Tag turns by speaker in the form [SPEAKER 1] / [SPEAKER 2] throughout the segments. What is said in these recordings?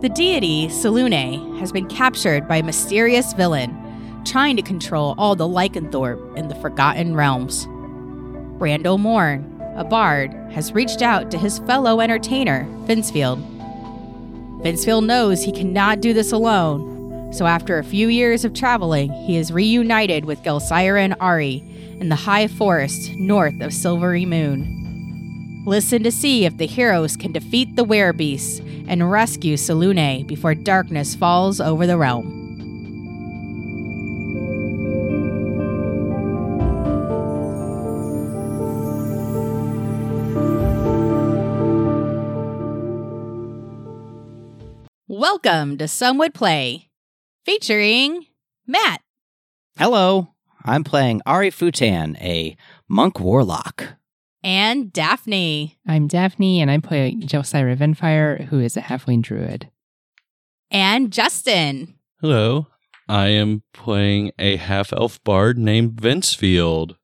[SPEAKER 1] The deity, Salune, has been captured by a mysterious villain trying to control all the Lycanthorpe in the Forgotten Realms. Brando Morn, a bard, has reached out to his fellow entertainer, Finsfield. Finsfield knows he cannot do this alone, so after a few years of traveling, he is reunited with Gelsira and Ari in the high forest north of Silvery Moon. Listen to see if the heroes can defeat the werbeasts and rescue Salune before darkness falls over the realm. Welcome to Some Would Play, featuring Matt.
[SPEAKER 2] Hello, I'm playing Ari Futan, a monk warlock.
[SPEAKER 1] and Daphne.
[SPEAKER 3] I'm Daphne, and I play Jelsira Venfire, who is a halfling druid.
[SPEAKER 1] And Justin.
[SPEAKER 4] Hello. I am playing a half elf bard named Vincefield.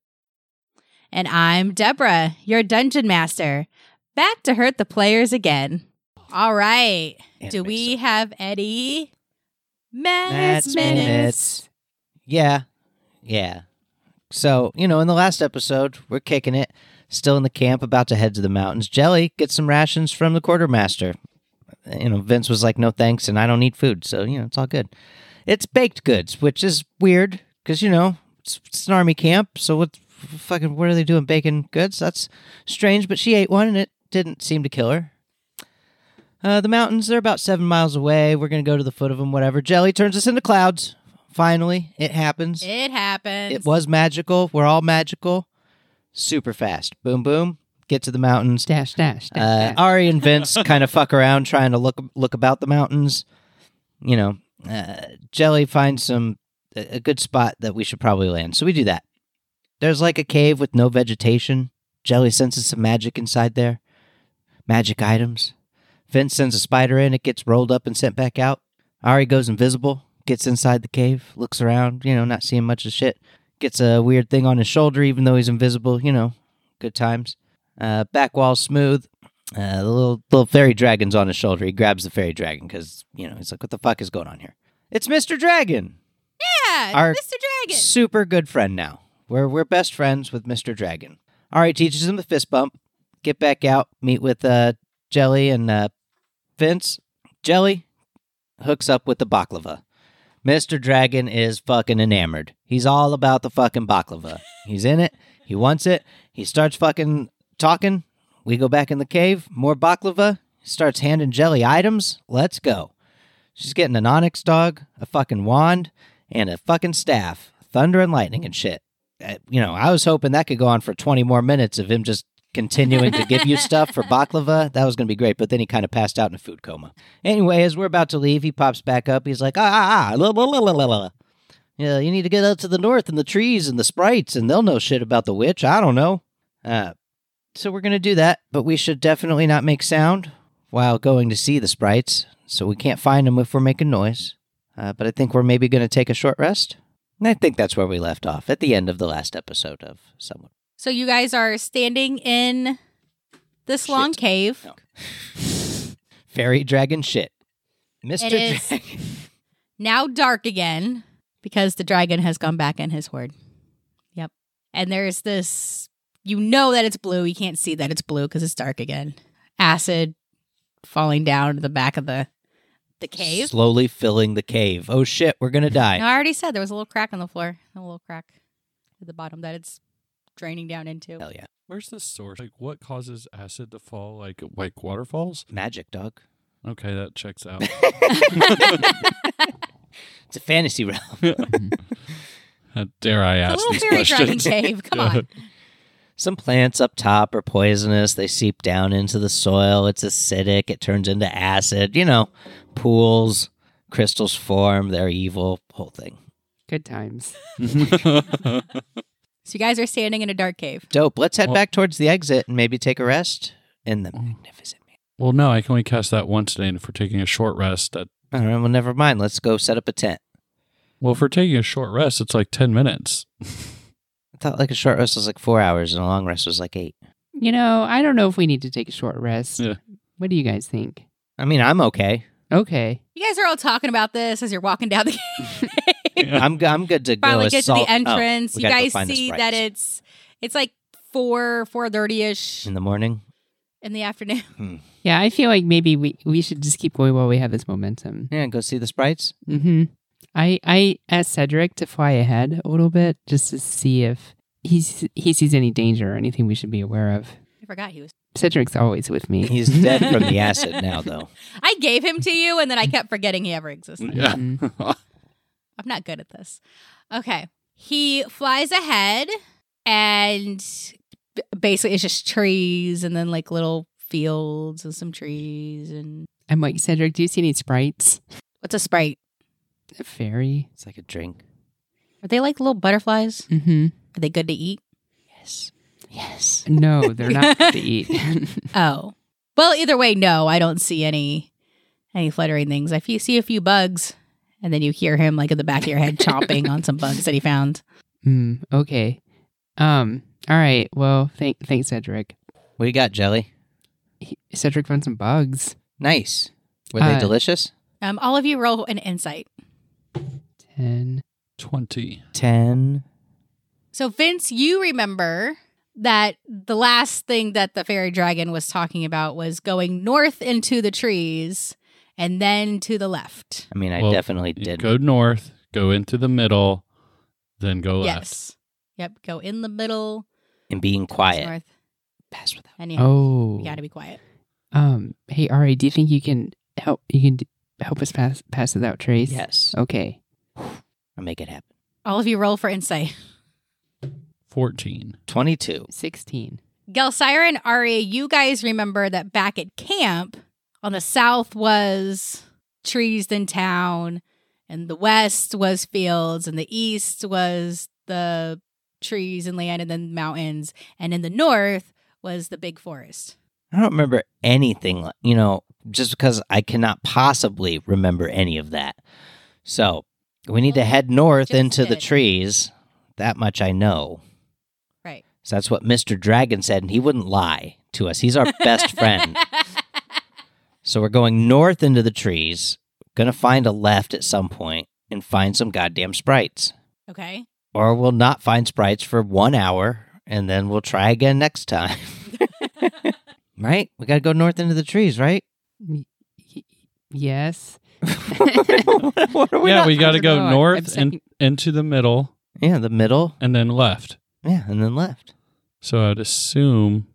[SPEAKER 1] And I'm Deborah, your dungeon master. Back to hurt the players again. All right.
[SPEAKER 2] And
[SPEAKER 1] Do
[SPEAKER 2] it makes
[SPEAKER 1] we
[SPEAKER 2] sense.
[SPEAKER 1] have Eddie? Menace,
[SPEAKER 2] That's
[SPEAKER 1] menace.
[SPEAKER 2] minutes. Yeah, yeah. So you know, in the last episode, we're kicking it. Still in the camp, about to head to the mountains. Jelly get some rations from the quartermaster. You know, Vince was like, "No thanks," and I don't need food, so you know it's all good. It's baked goods, which is weird because you know it's, it's an army camp. So what? Fucking, what are they doing baking goods? That's strange. But she ate one, and it didn't seem to kill her. Uh, the mountains, they're about seven miles away. We're going to go to the foot of them, whatever. Jelly turns us into clouds. Finally, it happens. It,
[SPEAKER 1] It happens.
[SPEAKER 2] was magical. We're all magical. Super fast. Boom, boom. Get to the mountains.
[SPEAKER 3] Dash, dash, dash.
[SPEAKER 2] Uh,
[SPEAKER 3] dash.
[SPEAKER 2] Ari and Vince kind of fuck around trying to look look about the mountains. You know, uh, Jelly finds some a, a good spot that we should probably land. So we do that. There's like a cave with no vegetation. Jelly senses some magic inside there. Magic items. Vince sends a spider in. It gets rolled up and sent back out. Ari goes invisible. Gets inside the cave. Looks around. You know, not seeing much of shit. Gets a weird thing on his shoulder, even though he's invisible. You know, good times. Uh, back wall smooth. Uh, the little little fairy dragon's on his shoulder. He grabs the fairy dragon because you know he's like, "What the fuck is going on here?" It's Mister Dragon,
[SPEAKER 1] yeah,
[SPEAKER 2] our-
[SPEAKER 1] Mr. Dragon.
[SPEAKER 2] super good friend now. We're we're best friends with Mister Dragon. All right, teaches him the fist bump. Get back out. Meet with uh, Jelly and uh, Vince. Jelly hooks up with the baklava. Mister Dragon is fucking enamored. He's all about the fucking baklava. He's in it. He wants it. He starts fucking talking. We go back in the cave. More baklava. Starts handing Jelly items. Let's go. She's getting an onyx dog, a fucking wand, and a fucking staff. Thunder and lightning and shit. Uh, you know, I was hoping that could go on for 20 more minutes of him just continuing to give you stuff for baklava. That was going to be great, but then he kind of passed out in a food coma. Anyway, as we're about to leave, he pops back up. He's like, ah, ah, ah, la, la, la, la, la, la. Yeah, you need to get out to the north and the trees and the sprites, and they'll know shit about the witch. I don't know. Uh, so we're going to do that, but we should definitely not make sound while going to see the sprites, so we can't find them if we're making noise. Uh, but I think we're maybe going to take a short rest. And I think that's where we left off at the end of the last episode of someone.
[SPEAKER 1] So you guys are standing in this long
[SPEAKER 2] Shit.
[SPEAKER 1] cave.
[SPEAKER 2] No. Fairy dragon shit. Mr.
[SPEAKER 1] It is
[SPEAKER 2] Dragon.
[SPEAKER 1] now dark again because the dragon has gone back in his hoard. Yep. And there's this you know that it's blue, you can't see that it's blue because it's dark again. Acid falling down to the back of the the cave.
[SPEAKER 2] Slowly filling the cave. Oh shit, we're going to
[SPEAKER 1] No,
[SPEAKER 2] die.
[SPEAKER 1] I already said there was a little crack on the floor, a little crack at the bottom that it's draining down into.
[SPEAKER 2] Hell yeah.
[SPEAKER 4] Where's the source? Like, what causes acid to fall? Like, like waterfalls?
[SPEAKER 2] Magic, dog.
[SPEAKER 4] Okay, that checks out.
[SPEAKER 2] It's a fantasy realm.
[SPEAKER 4] How dare I
[SPEAKER 1] It's a
[SPEAKER 4] ask
[SPEAKER 1] little
[SPEAKER 4] these
[SPEAKER 1] fairy dragon
[SPEAKER 4] questions?
[SPEAKER 1] cave. Come on.
[SPEAKER 2] Some plants up top are poisonous. They seep down into the soil. It's acidic. It turns into acid. You know, pools, crystals form. They're evil. Whole thing.
[SPEAKER 3] Good times.
[SPEAKER 1] So you guys are standing in a dark cave.
[SPEAKER 2] Dope. Let's head
[SPEAKER 4] Well-
[SPEAKER 2] back towards the exit and maybe take a rest in the
[SPEAKER 4] Mm.
[SPEAKER 2] magnificent. man-
[SPEAKER 4] well, no, I can only cast that once today, and if we're taking a short rest, that
[SPEAKER 2] All right. Well, never mind. Let's go set up a tent.
[SPEAKER 4] well, if we're taking a short rest, it's like ten minutes.
[SPEAKER 2] I thought like a short rest was like four hours and a long rest was like eight.
[SPEAKER 3] You know, I don't know if we need to take a short rest.
[SPEAKER 4] Yeah.
[SPEAKER 3] What do you guys think?
[SPEAKER 2] I mean, I'm okay.
[SPEAKER 3] Okay.
[SPEAKER 1] You guys are all talking about this as you're walking down the
[SPEAKER 2] I'm g- I'm good to go.
[SPEAKER 1] finally get to
[SPEAKER 2] assault-
[SPEAKER 1] the
[SPEAKER 2] oh,
[SPEAKER 1] entrance.
[SPEAKER 2] we
[SPEAKER 1] you
[SPEAKER 2] gotta go
[SPEAKER 1] guys
[SPEAKER 2] find the
[SPEAKER 1] see
[SPEAKER 2] sprites.
[SPEAKER 1] that it's it's like four four thirty ish
[SPEAKER 2] in the morning.
[SPEAKER 1] in the afternoon.
[SPEAKER 3] Yeah, I feel like maybe we, we should just keep going while we have this momentum.
[SPEAKER 2] Yeah, go see the sprites.
[SPEAKER 3] hmm I I asked Cedric to fly ahead a little bit just to see if he's he sees any danger or anything we should be aware of.
[SPEAKER 1] I forgot he was.
[SPEAKER 3] Cedric's always with me.
[SPEAKER 2] He's dead from the acid now, though.
[SPEAKER 1] I gave him to you, and then I kept forgetting he ever
[SPEAKER 2] Mm,
[SPEAKER 1] existed.
[SPEAKER 4] Yeah.
[SPEAKER 1] I'm not good at this. Okay. He flies ahead and b- basically it's just trees and then like little fields and some trees and
[SPEAKER 3] I'm like Cedric. Do you see any sprites?
[SPEAKER 1] what's a sprite?
[SPEAKER 3] A fairy.
[SPEAKER 2] It's like a drink.
[SPEAKER 1] Are they like little butterflies?
[SPEAKER 3] Mm-hmm.
[SPEAKER 1] Are they good to eat?
[SPEAKER 2] Yes. Yes.
[SPEAKER 3] No, they're not good to eat.
[SPEAKER 1] Oh. Well, either way, no, I don't see any any fluttering things. If you see a few bugs and then you hear him like in the back of your head chomping on some bugs that he found.
[SPEAKER 3] Mm, okay. Um. All right. Well, thank thanks, Cedric.
[SPEAKER 2] What you got, Jelly?
[SPEAKER 3] He, Cedric found some bugs.
[SPEAKER 2] Nice. Were they
[SPEAKER 3] Uh,
[SPEAKER 2] delicious?
[SPEAKER 1] Um, all of you roll an insight.
[SPEAKER 3] Ten.
[SPEAKER 4] 20.
[SPEAKER 2] Ten.
[SPEAKER 1] So, Vince, you remember that the last thing that the fairy dragon was talking about was going north into the trees and then to the left.
[SPEAKER 2] I mean, I
[SPEAKER 4] Well,
[SPEAKER 2] definitely
[SPEAKER 4] You
[SPEAKER 2] did.
[SPEAKER 4] Go north, go into the middle, then go left.
[SPEAKER 1] Yes. Yep. Go in the middle,
[SPEAKER 2] And being
[SPEAKER 1] goes
[SPEAKER 2] quiet.
[SPEAKER 1] north,
[SPEAKER 2] Pass without.
[SPEAKER 1] and you,
[SPEAKER 3] Oh.
[SPEAKER 1] you got to be quiet.
[SPEAKER 3] Um. Hey, Ari. Do you think you can help? You can d- help us pass pass without trace.
[SPEAKER 2] Yes.
[SPEAKER 1] Oh.
[SPEAKER 3] Okay.
[SPEAKER 2] I'll make it happen.
[SPEAKER 1] All of you roll for insight.
[SPEAKER 4] 14.
[SPEAKER 2] Twenty-two.
[SPEAKER 3] Sixteen.
[SPEAKER 1] Gelsira and Ari, you guys remember that back at camp on the south was trees than town, and the west was fields, and the east was the trees and land and then mountains, and in the north was the big forest.
[SPEAKER 2] I don't remember anything, li- you know, just because I cannot possibly remember any of that. So we need to
[SPEAKER 1] Well,
[SPEAKER 2] head north
[SPEAKER 1] just
[SPEAKER 2] into the
[SPEAKER 1] did.
[SPEAKER 2] trees. That much I know.
[SPEAKER 1] Right.
[SPEAKER 2] So that's what Mr. Dragon said, and he wouldn't lie to us. He's our best friend. So we're going north into the trees, gonna find a left at some point and find some goddamn sprites.
[SPEAKER 1] okay.
[SPEAKER 2] Or we'll not find sprites for one hour and then we'll try again next time. right? We gotta go north into the trees, right?
[SPEAKER 3] Y- yes.
[SPEAKER 2] What are we
[SPEAKER 4] yeah,
[SPEAKER 2] not-
[SPEAKER 4] we got to
[SPEAKER 3] I don't
[SPEAKER 4] go
[SPEAKER 3] know. I'm
[SPEAKER 4] north and
[SPEAKER 3] second-
[SPEAKER 4] into the middle
[SPEAKER 2] yeah, the middle.
[SPEAKER 4] and then left.
[SPEAKER 2] Yeah, and then left.
[SPEAKER 4] So I'd assume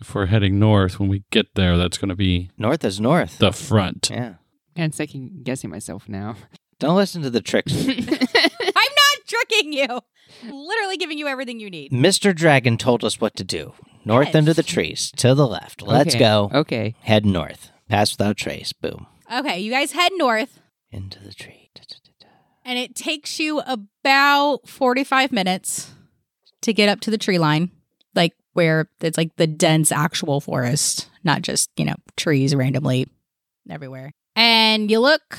[SPEAKER 4] if we're heading north, when we get there, that's going to be
[SPEAKER 2] North is north.
[SPEAKER 4] the front.
[SPEAKER 2] yeah.
[SPEAKER 3] Kind of second guessing myself now.
[SPEAKER 2] Don't listen to the tricks.
[SPEAKER 1] I'm not tricking you. I'm literally giving you everything you need.
[SPEAKER 2] Mr. Dragon told us what to do. North
[SPEAKER 1] Yes.
[SPEAKER 2] into the trees, to the left. Let's
[SPEAKER 3] Okay.
[SPEAKER 2] go.
[SPEAKER 3] Okay.
[SPEAKER 2] Head north. Pass without trace. Boom.
[SPEAKER 1] Okay, you guys head north.
[SPEAKER 2] Into the tree. Da-da-da-da.
[SPEAKER 1] And it takes you about 45 minutes to get up to the tree line, like where it's like the dense actual forest, not just, you know, trees randomly everywhere. And you look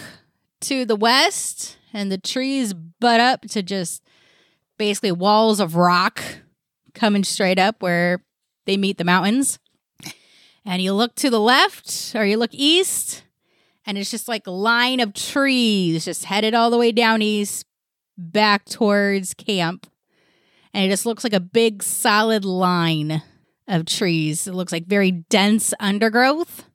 [SPEAKER 1] to the west, and the trees butt up to just basically walls of rock coming straight up where they meet the mountains. And you look to the left, or you look east, and it's just like a line of trees just headed all the way down east back towards camp and it just looks like a big solid line of trees it looks like very dense undergrowth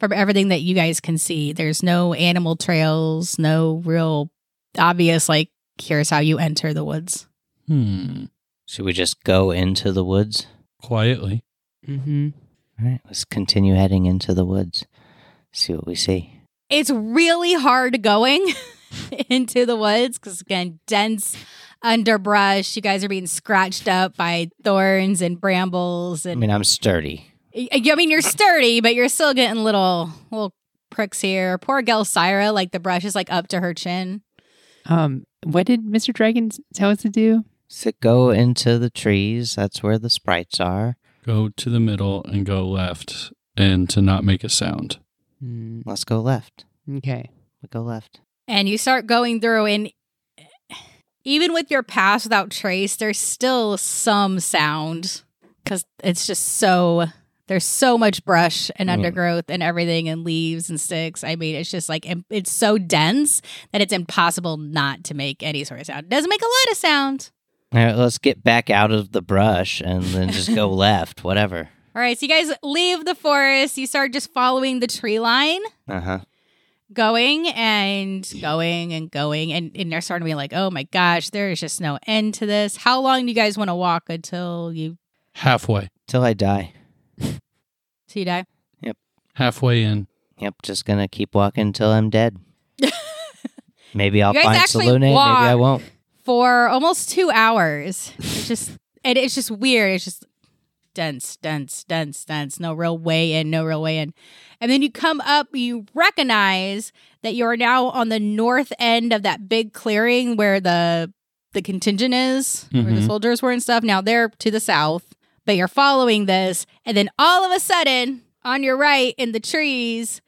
[SPEAKER 1] from everything that you guys can see there's no animal trails no real obvious like here's how you enter the woods
[SPEAKER 4] Hmm.
[SPEAKER 2] Should we just go into the woods?
[SPEAKER 4] Quietly.
[SPEAKER 3] Mm-hmm.
[SPEAKER 2] All right, let's continue heading into the woods. See what we see.
[SPEAKER 1] it's really hard going into the woods because again dense underbrush you guys are being scratched up by thorns and brambles
[SPEAKER 2] I
[SPEAKER 1] and
[SPEAKER 2] mean, I'm sturdy.
[SPEAKER 1] I I mean, you're sturdy, but you're still getting little little pricks here. Poor Gelsira, like the brush is like up to her chin.
[SPEAKER 3] Um. What did Mr. Dragon s- tell us to do?
[SPEAKER 2] So go into the trees. That's where the sprites are.
[SPEAKER 4] Go to the middle and go left and to not make a sound.
[SPEAKER 3] Hmm,
[SPEAKER 2] Let's go left.
[SPEAKER 3] okay.
[SPEAKER 2] We go left.
[SPEAKER 1] And you start going through, and even with your pass without trace, there's still some sound because it's just so There's so much brush and
[SPEAKER 2] Mm.
[SPEAKER 1] undergrowth and everything and leaves and sticks. I mean, it's just like im- it's so dense that it's impossible not to make any sort of sound. It doesn't make a lot of sound.
[SPEAKER 2] All right, let's get back out of the brush and then just go left, whatever.
[SPEAKER 1] All right, so you guys leave the forest. You start just following the tree line.
[SPEAKER 2] Uh
[SPEAKER 1] Uh-huh.
[SPEAKER 2] huh.
[SPEAKER 1] going and going and going and, and they're starting to be like oh my gosh there is just no end to this how long do you guys want to walk until you
[SPEAKER 5] Halfway.
[SPEAKER 2] Till I die.
[SPEAKER 1] till you die
[SPEAKER 5] Halfway in.
[SPEAKER 2] Yep, just gonna keep walking till I'm dead. maybe I'll
[SPEAKER 1] You guys
[SPEAKER 2] find
[SPEAKER 1] actually
[SPEAKER 2] Salune, maybe I
[SPEAKER 1] walk.
[SPEAKER 2] won't.
[SPEAKER 1] for almost two hours it's just and it's just weird it's just dense dense dense dense no real way in no real way in and then you come up you recognize that you are now on the north end of that big clearing where the the contingent is where the
[SPEAKER 5] Mhm.
[SPEAKER 1] soldiers were and stuff now they're to the south but you're following this and then all of a sudden on your right in the trees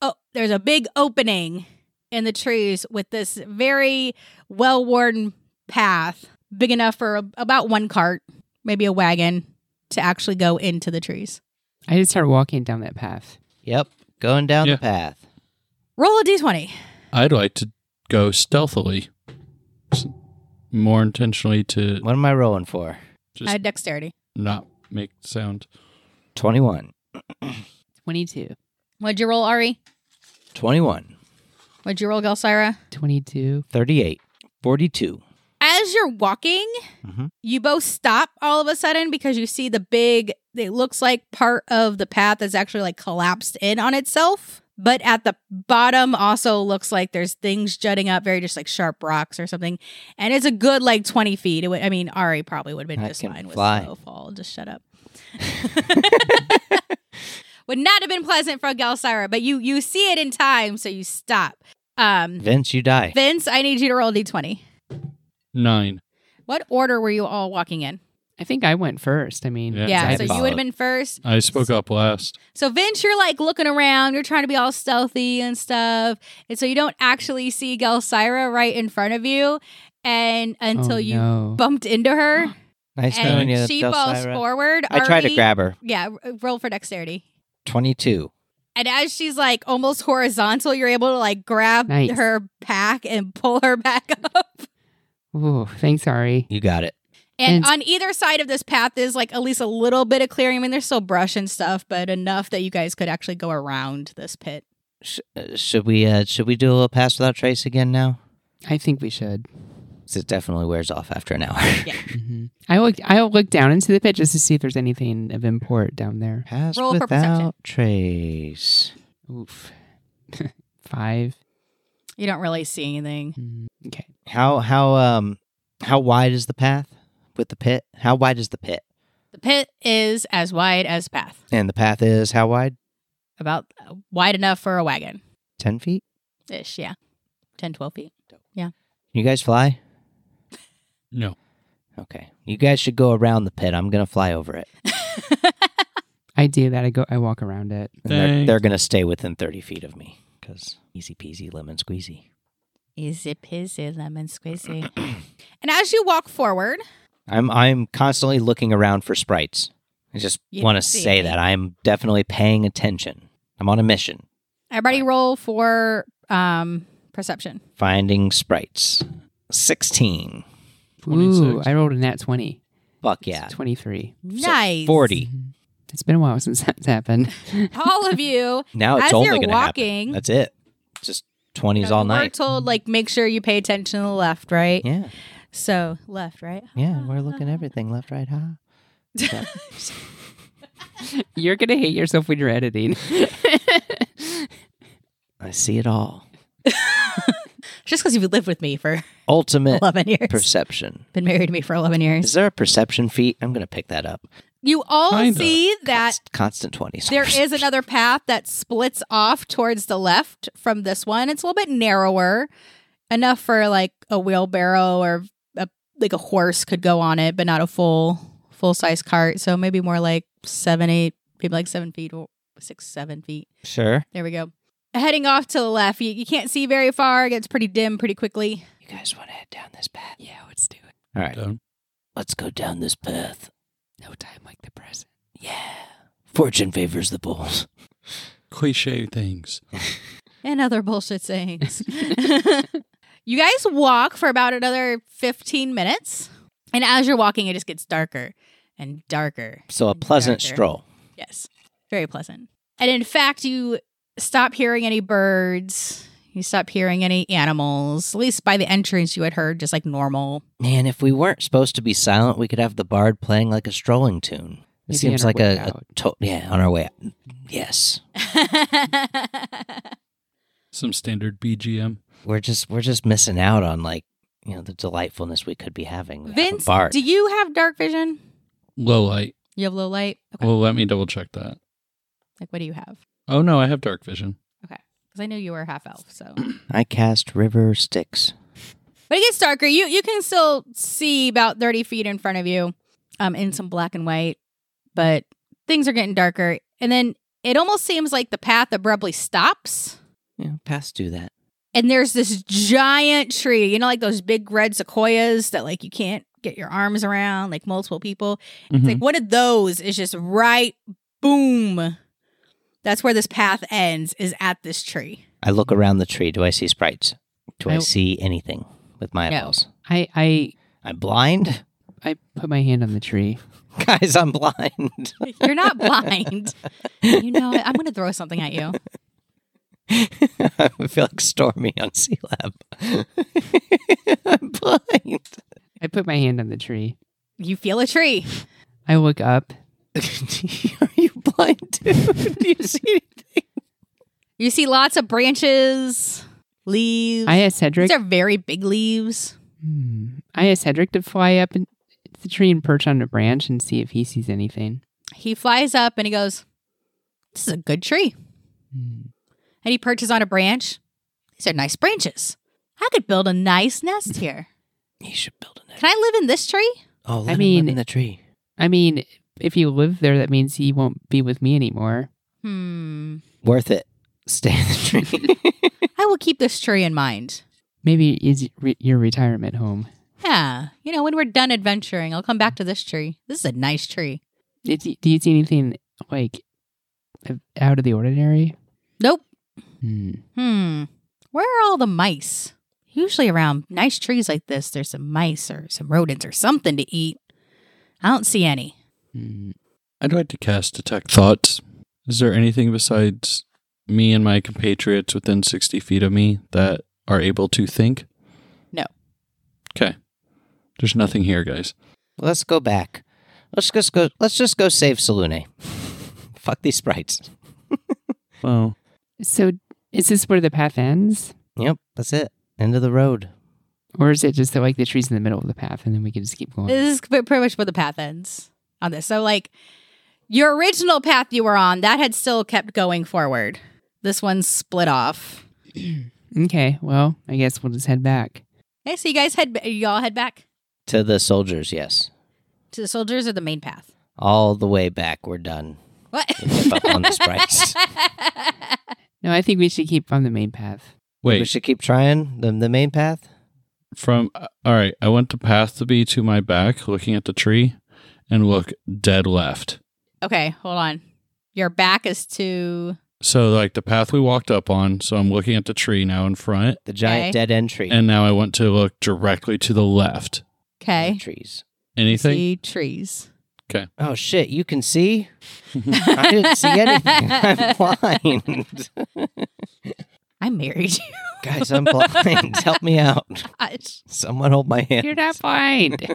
[SPEAKER 1] oh there's a big opening in the trees with this very well-worn path big enough for a, about one cart maybe a wagon to actually go into the trees
[SPEAKER 3] I just start walking down that path.
[SPEAKER 2] Yep, going down
[SPEAKER 5] Yeah.
[SPEAKER 2] the path.
[SPEAKER 1] roll a d20
[SPEAKER 5] I'd like to go stealthily, S- more intentionally to
[SPEAKER 2] What am I rolling for?
[SPEAKER 5] just
[SPEAKER 1] uh, dexterity
[SPEAKER 5] not make sound.
[SPEAKER 2] 21.
[SPEAKER 3] 22.
[SPEAKER 1] what'd you roll ari
[SPEAKER 2] 21.
[SPEAKER 1] what'd you roll gelsira
[SPEAKER 3] 22.
[SPEAKER 2] 38. 42.
[SPEAKER 1] as you're walking
[SPEAKER 2] Mhm.
[SPEAKER 1] you both stop all of a sudden because you see the big it looks like part of the path is actually like collapsed in on itself but at the bottom also looks like there's things jutting up very just like sharp rocks or something and it's a good like 20 feet it would, i mean ari probably would have been
[SPEAKER 2] I
[SPEAKER 1] just
[SPEAKER 2] can
[SPEAKER 1] fine with
[SPEAKER 2] fly.
[SPEAKER 1] slow fall just shut up would not have been pleasant for gelsira but you you see it in time so you stop um
[SPEAKER 2] Vince, you die.
[SPEAKER 1] vince i need you to roll a d20
[SPEAKER 5] Nine.
[SPEAKER 1] what order were you all walking in?
[SPEAKER 3] I think I went first. I mean,
[SPEAKER 5] Yeah.
[SPEAKER 1] Yeah,
[SPEAKER 2] I
[SPEAKER 1] so you
[SPEAKER 2] followed.
[SPEAKER 1] would have been first.
[SPEAKER 5] I spoke up last.
[SPEAKER 1] So Vince, you're like looking around, you're trying to be all stealthy and stuff, and so you don't actually see Gelsira right in front of you, and until
[SPEAKER 3] oh,
[SPEAKER 1] you
[SPEAKER 3] no.
[SPEAKER 1] bumped into her,
[SPEAKER 2] Nice knowing you,
[SPEAKER 1] and she falls
[SPEAKER 2] Delsira.
[SPEAKER 1] forward.
[SPEAKER 2] I tried to
[SPEAKER 1] Ari-
[SPEAKER 2] grab her.
[SPEAKER 1] Yeah, r- roll for dexterity.
[SPEAKER 2] 22.
[SPEAKER 1] And as she's like almost horizontal, you're able to like grab
[SPEAKER 3] Nice.
[SPEAKER 1] her back and pull her back up.
[SPEAKER 3] Ooh, thanks, Ari.
[SPEAKER 2] You got it.
[SPEAKER 1] And,
[SPEAKER 3] And-
[SPEAKER 1] on either side of this path is like at least a little bit of clearing. I mean, there's still brush and stuff, but enough that you guys could actually go around this pit.
[SPEAKER 2] Sh- uh, should we uh, should we do a little pass without trace again now?
[SPEAKER 3] I think we should.
[SPEAKER 2] 'Cause it definitely wears off after an hour.
[SPEAKER 3] hmm I looked. I looked down into the pit just to see if there's anything of import down there.
[SPEAKER 2] Pass
[SPEAKER 1] Roll for
[SPEAKER 2] without trace.
[SPEAKER 3] Oof. Five.
[SPEAKER 1] You don't really see anything.
[SPEAKER 3] Mm, Okay.
[SPEAKER 2] How how um how wide is the path with the pit? How wide is the pit?
[SPEAKER 1] The pit is as wide as path,
[SPEAKER 2] And the path is how wide?
[SPEAKER 1] about uh, wide enough for a wagon
[SPEAKER 2] 10 feet?
[SPEAKER 1] ish. Yeah. 10, 12 feet.
[SPEAKER 2] You guys fly?
[SPEAKER 5] No.
[SPEAKER 2] Okay. You guys should go around the pit. I'm going to fly over it.
[SPEAKER 3] I do that. I go. I walk around it.
[SPEAKER 2] And they're
[SPEAKER 5] Thanks.
[SPEAKER 2] they're going to stay within 30 feet of me because easy peasy, lemon squeezy.
[SPEAKER 1] Easy peasy, lemon squeezy. and as you walk forward,
[SPEAKER 2] I'm I'm constantly looking around for sprites. I just
[SPEAKER 1] You
[SPEAKER 2] want to
[SPEAKER 1] see
[SPEAKER 2] say
[SPEAKER 1] me.
[SPEAKER 2] that I'm definitely paying attention. I'm on a mission
[SPEAKER 1] everybody roll for um, perception.
[SPEAKER 2] finding sprites. 16.
[SPEAKER 5] 26.
[SPEAKER 3] Ooh, I rolled a nat twenty.
[SPEAKER 2] Fuck yeah.
[SPEAKER 3] It's Twenty-three.
[SPEAKER 1] Nice.
[SPEAKER 2] 40.
[SPEAKER 3] Mhm. It's been a while since that's happened.
[SPEAKER 1] All of you
[SPEAKER 2] Now it's
[SPEAKER 1] As
[SPEAKER 2] only
[SPEAKER 1] you're
[SPEAKER 2] going to
[SPEAKER 1] walking-
[SPEAKER 2] happen. That's it. Just 20s all
[SPEAKER 1] we We're
[SPEAKER 2] night.
[SPEAKER 1] told like make sure you pay attention to the left, right?
[SPEAKER 2] Yeah.
[SPEAKER 1] So left, right.
[SPEAKER 2] Yeah, we're looking everything left, right, huh? Yeah.
[SPEAKER 3] You're gonna hate yourself when you're editing.
[SPEAKER 2] I see it all.
[SPEAKER 1] Just because you've lived with me for
[SPEAKER 2] Ultimate
[SPEAKER 1] eleven years,
[SPEAKER 2] perception.
[SPEAKER 1] been married to me for eleven
[SPEAKER 2] Is
[SPEAKER 1] years.
[SPEAKER 2] there a perception feat? I'm going to pick that up.
[SPEAKER 1] You all
[SPEAKER 5] Kinda.
[SPEAKER 1] see that
[SPEAKER 2] Const- constant 20s.
[SPEAKER 1] there is another path that splits off towards the left from this one. It's a little bit narrower, enough for like a wheelbarrow or a, like a horse could go on it, but not a full full size cart. So maybe more like seven, eight, maybe like seven feet or six, seven feet.
[SPEAKER 2] Sure.
[SPEAKER 1] There we go. Heading off to the left. You, you can't see very far. It gets pretty dim pretty quickly.
[SPEAKER 2] You guys want to head down this path?
[SPEAKER 3] yeah, let's do it.
[SPEAKER 2] All right.
[SPEAKER 5] Down.
[SPEAKER 2] Let's go down this path.
[SPEAKER 3] No time like the present.
[SPEAKER 2] Yeah. Fortune favors the bold.
[SPEAKER 5] Cliche things.
[SPEAKER 1] and other bullshit sayings. you guys walk for about another 15 minutes. And as you're walking, it just gets darker and darker.
[SPEAKER 2] So a
[SPEAKER 1] and
[SPEAKER 2] pleasant
[SPEAKER 1] darker.
[SPEAKER 2] stroll.
[SPEAKER 1] Yes. Very pleasant. And in fact, you stop hearing any birds. You stop hearing any animals. At least by the entrance, you had heard just like normal.
[SPEAKER 2] Man, if we weren't supposed to be silent, we could have the bard playing like a strolling tune. It
[SPEAKER 3] Maybe
[SPEAKER 2] seems
[SPEAKER 3] on our
[SPEAKER 2] like
[SPEAKER 3] way
[SPEAKER 2] a, a
[SPEAKER 3] out.
[SPEAKER 2] to- yeah on our way. Out. Yes,
[SPEAKER 5] Some standard BGM.
[SPEAKER 2] we're just we're just missing out on like you know the delightfulness we could be having. with a
[SPEAKER 1] Vince,
[SPEAKER 2] bard.
[SPEAKER 1] do you have dark vision?
[SPEAKER 5] Low light.
[SPEAKER 1] You have low light? Okay.
[SPEAKER 5] Well, let me double check that.
[SPEAKER 1] like, what do you have?
[SPEAKER 5] Oh no, I have dark vision.
[SPEAKER 1] Because I knew you were half elf, so.
[SPEAKER 2] I cast River Styx.
[SPEAKER 1] But it gets darker. You you can still see about thirty feet in front of you, um, in some black and white. But things are getting darker, and then it almost seems like the path abruptly stops.
[SPEAKER 2] Yeah, past do that.
[SPEAKER 1] And there's this giant tree, you know, like those big red sequoias that like you can't get your arms around, like multiple people. It's like one of those is just right, boom. That's where this path ends. Is at this tree.
[SPEAKER 2] I look around the tree. Do I see sprites? Do I,
[SPEAKER 3] I-
[SPEAKER 2] see anything with my
[SPEAKER 1] No.
[SPEAKER 2] eyeballs?
[SPEAKER 3] I I
[SPEAKER 2] I'm blind,
[SPEAKER 3] I put my hand on the tree.
[SPEAKER 2] guys. I'm blind.
[SPEAKER 1] You're not blind. you know, it. I'm gonna throw something at you.
[SPEAKER 2] I feel like Stormy on Sea Lab. I'm blind.
[SPEAKER 3] I put my hand on the tree.
[SPEAKER 1] You feel a tree.
[SPEAKER 3] I look up.
[SPEAKER 2] Are you blind too? Do you see anything?
[SPEAKER 1] You see lots of branches, leaves.
[SPEAKER 3] I asked Cedric.
[SPEAKER 1] These are very big leaves.
[SPEAKER 3] Hmm. I asked Cedric to fly up in to the tree and perch on a branch and see if he sees anything.
[SPEAKER 1] He flies up and he goes, This is a good tree.
[SPEAKER 3] Hmm.
[SPEAKER 1] And he perches on a branch. These are nice branches. I could build a nice nest here.
[SPEAKER 2] You should build a nest.
[SPEAKER 1] Can I live in this tree?
[SPEAKER 2] Oh, let
[SPEAKER 3] I
[SPEAKER 2] him
[SPEAKER 3] mean-
[SPEAKER 2] live in the tree.
[SPEAKER 3] I mean, if you live there, that means he won't be with me anymore.
[SPEAKER 1] Hmm.
[SPEAKER 2] Worth it. Stay in the tree.
[SPEAKER 1] I will keep this tree in mind.
[SPEAKER 3] Maybe it's re- your retirement home.
[SPEAKER 1] Yeah. You know, when we're done adventuring, I'll come back to this tree. This is a nice tree.
[SPEAKER 3] Did you, do you see anything like out of the ordinary?
[SPEAKER 1] Nope.
[SPEAKER 3] Hmm.
[SPEAKER 1] Hmm. Where are all the mice? Usually around nice trees like this, there's some mice or some rodents or something to eat. I don't see any.
[SPEAKER 3] Hmm.
[SPEAKER 5] I'd like to cast detect thoughts. Is there anything besides me and my compatriots within sixty feet of me that are able to think?
[SPEAKER 1] No.
[SPEAKER 5] Okay. There's nothing here, guys.
[SPEAKER 2] let's go back. Let's just go. Let's just go save Salune. Fuck these sprites.
[SPEAKER 5] Well,
[SPEAKER 3] So is this where the path ends,
[SPEAKER 2] Yep, that's it. End of the road.
[SPEAKER 3] or is it just that, like the trees in the middle of the path, and then we can just keep
[SPEAKER 2] Uh.
[SPEAKER 3] going?
[SPEAKER 1] This is pre- pretty much where the path ends on this. So, like, your original path you were on, that had still kept going forward. This one split off.
[SPEAKER 3] Okay. Well, I guess we'll just head back.
[SPEAKER 1] Okay, so you guys head, y'all head back
[SPEAKER 2] To the soldiers, yes.
[SPEAKER 1] to the soldiers or the main path?
[SPEAKER 2] All the way back. We're done.
[SPEAKER 1] What?
[SPEAKER 2] Give up on the sprites.
[SPEAKER 3] No, I think we should keep on the main path.
[SPEAKER 2] We
[SPEAKER 5] wait.
[SPEAKER 2] should keep trying the, the main path.
[SPEAKER 5] from uh, all right i want the path to be to my back looking at the tree and look dead left
[SPEAKER 1] okay, hold on. Your back is to.
[SPEAKER 5] so like the path we walked up on so i'm looking at the tree now in front
[SPEAKER 2] The giant
[SPEAKER 1] Okay.
[SPEAKER 2] dead end tree.
[SPEAKER 5] and now i want to look directly to the left
[SPEAKER 1] Okay.
[SPEAKER 2] Trees.
[SPEAKER 5] anything
[SPEAKER 1] See trees.
[SPEAKER 2] Oh shit! You can see. I didn't see anything. I'm blind.
[SPEAKER 1] I married you.
[SPEAKER 2] Guys, I'm blind. Help me out.
[SPEAKER 1] Gosh.
[SPEAKER 2] Someone hold my hand.
[SPEAKER 3] You're not blind.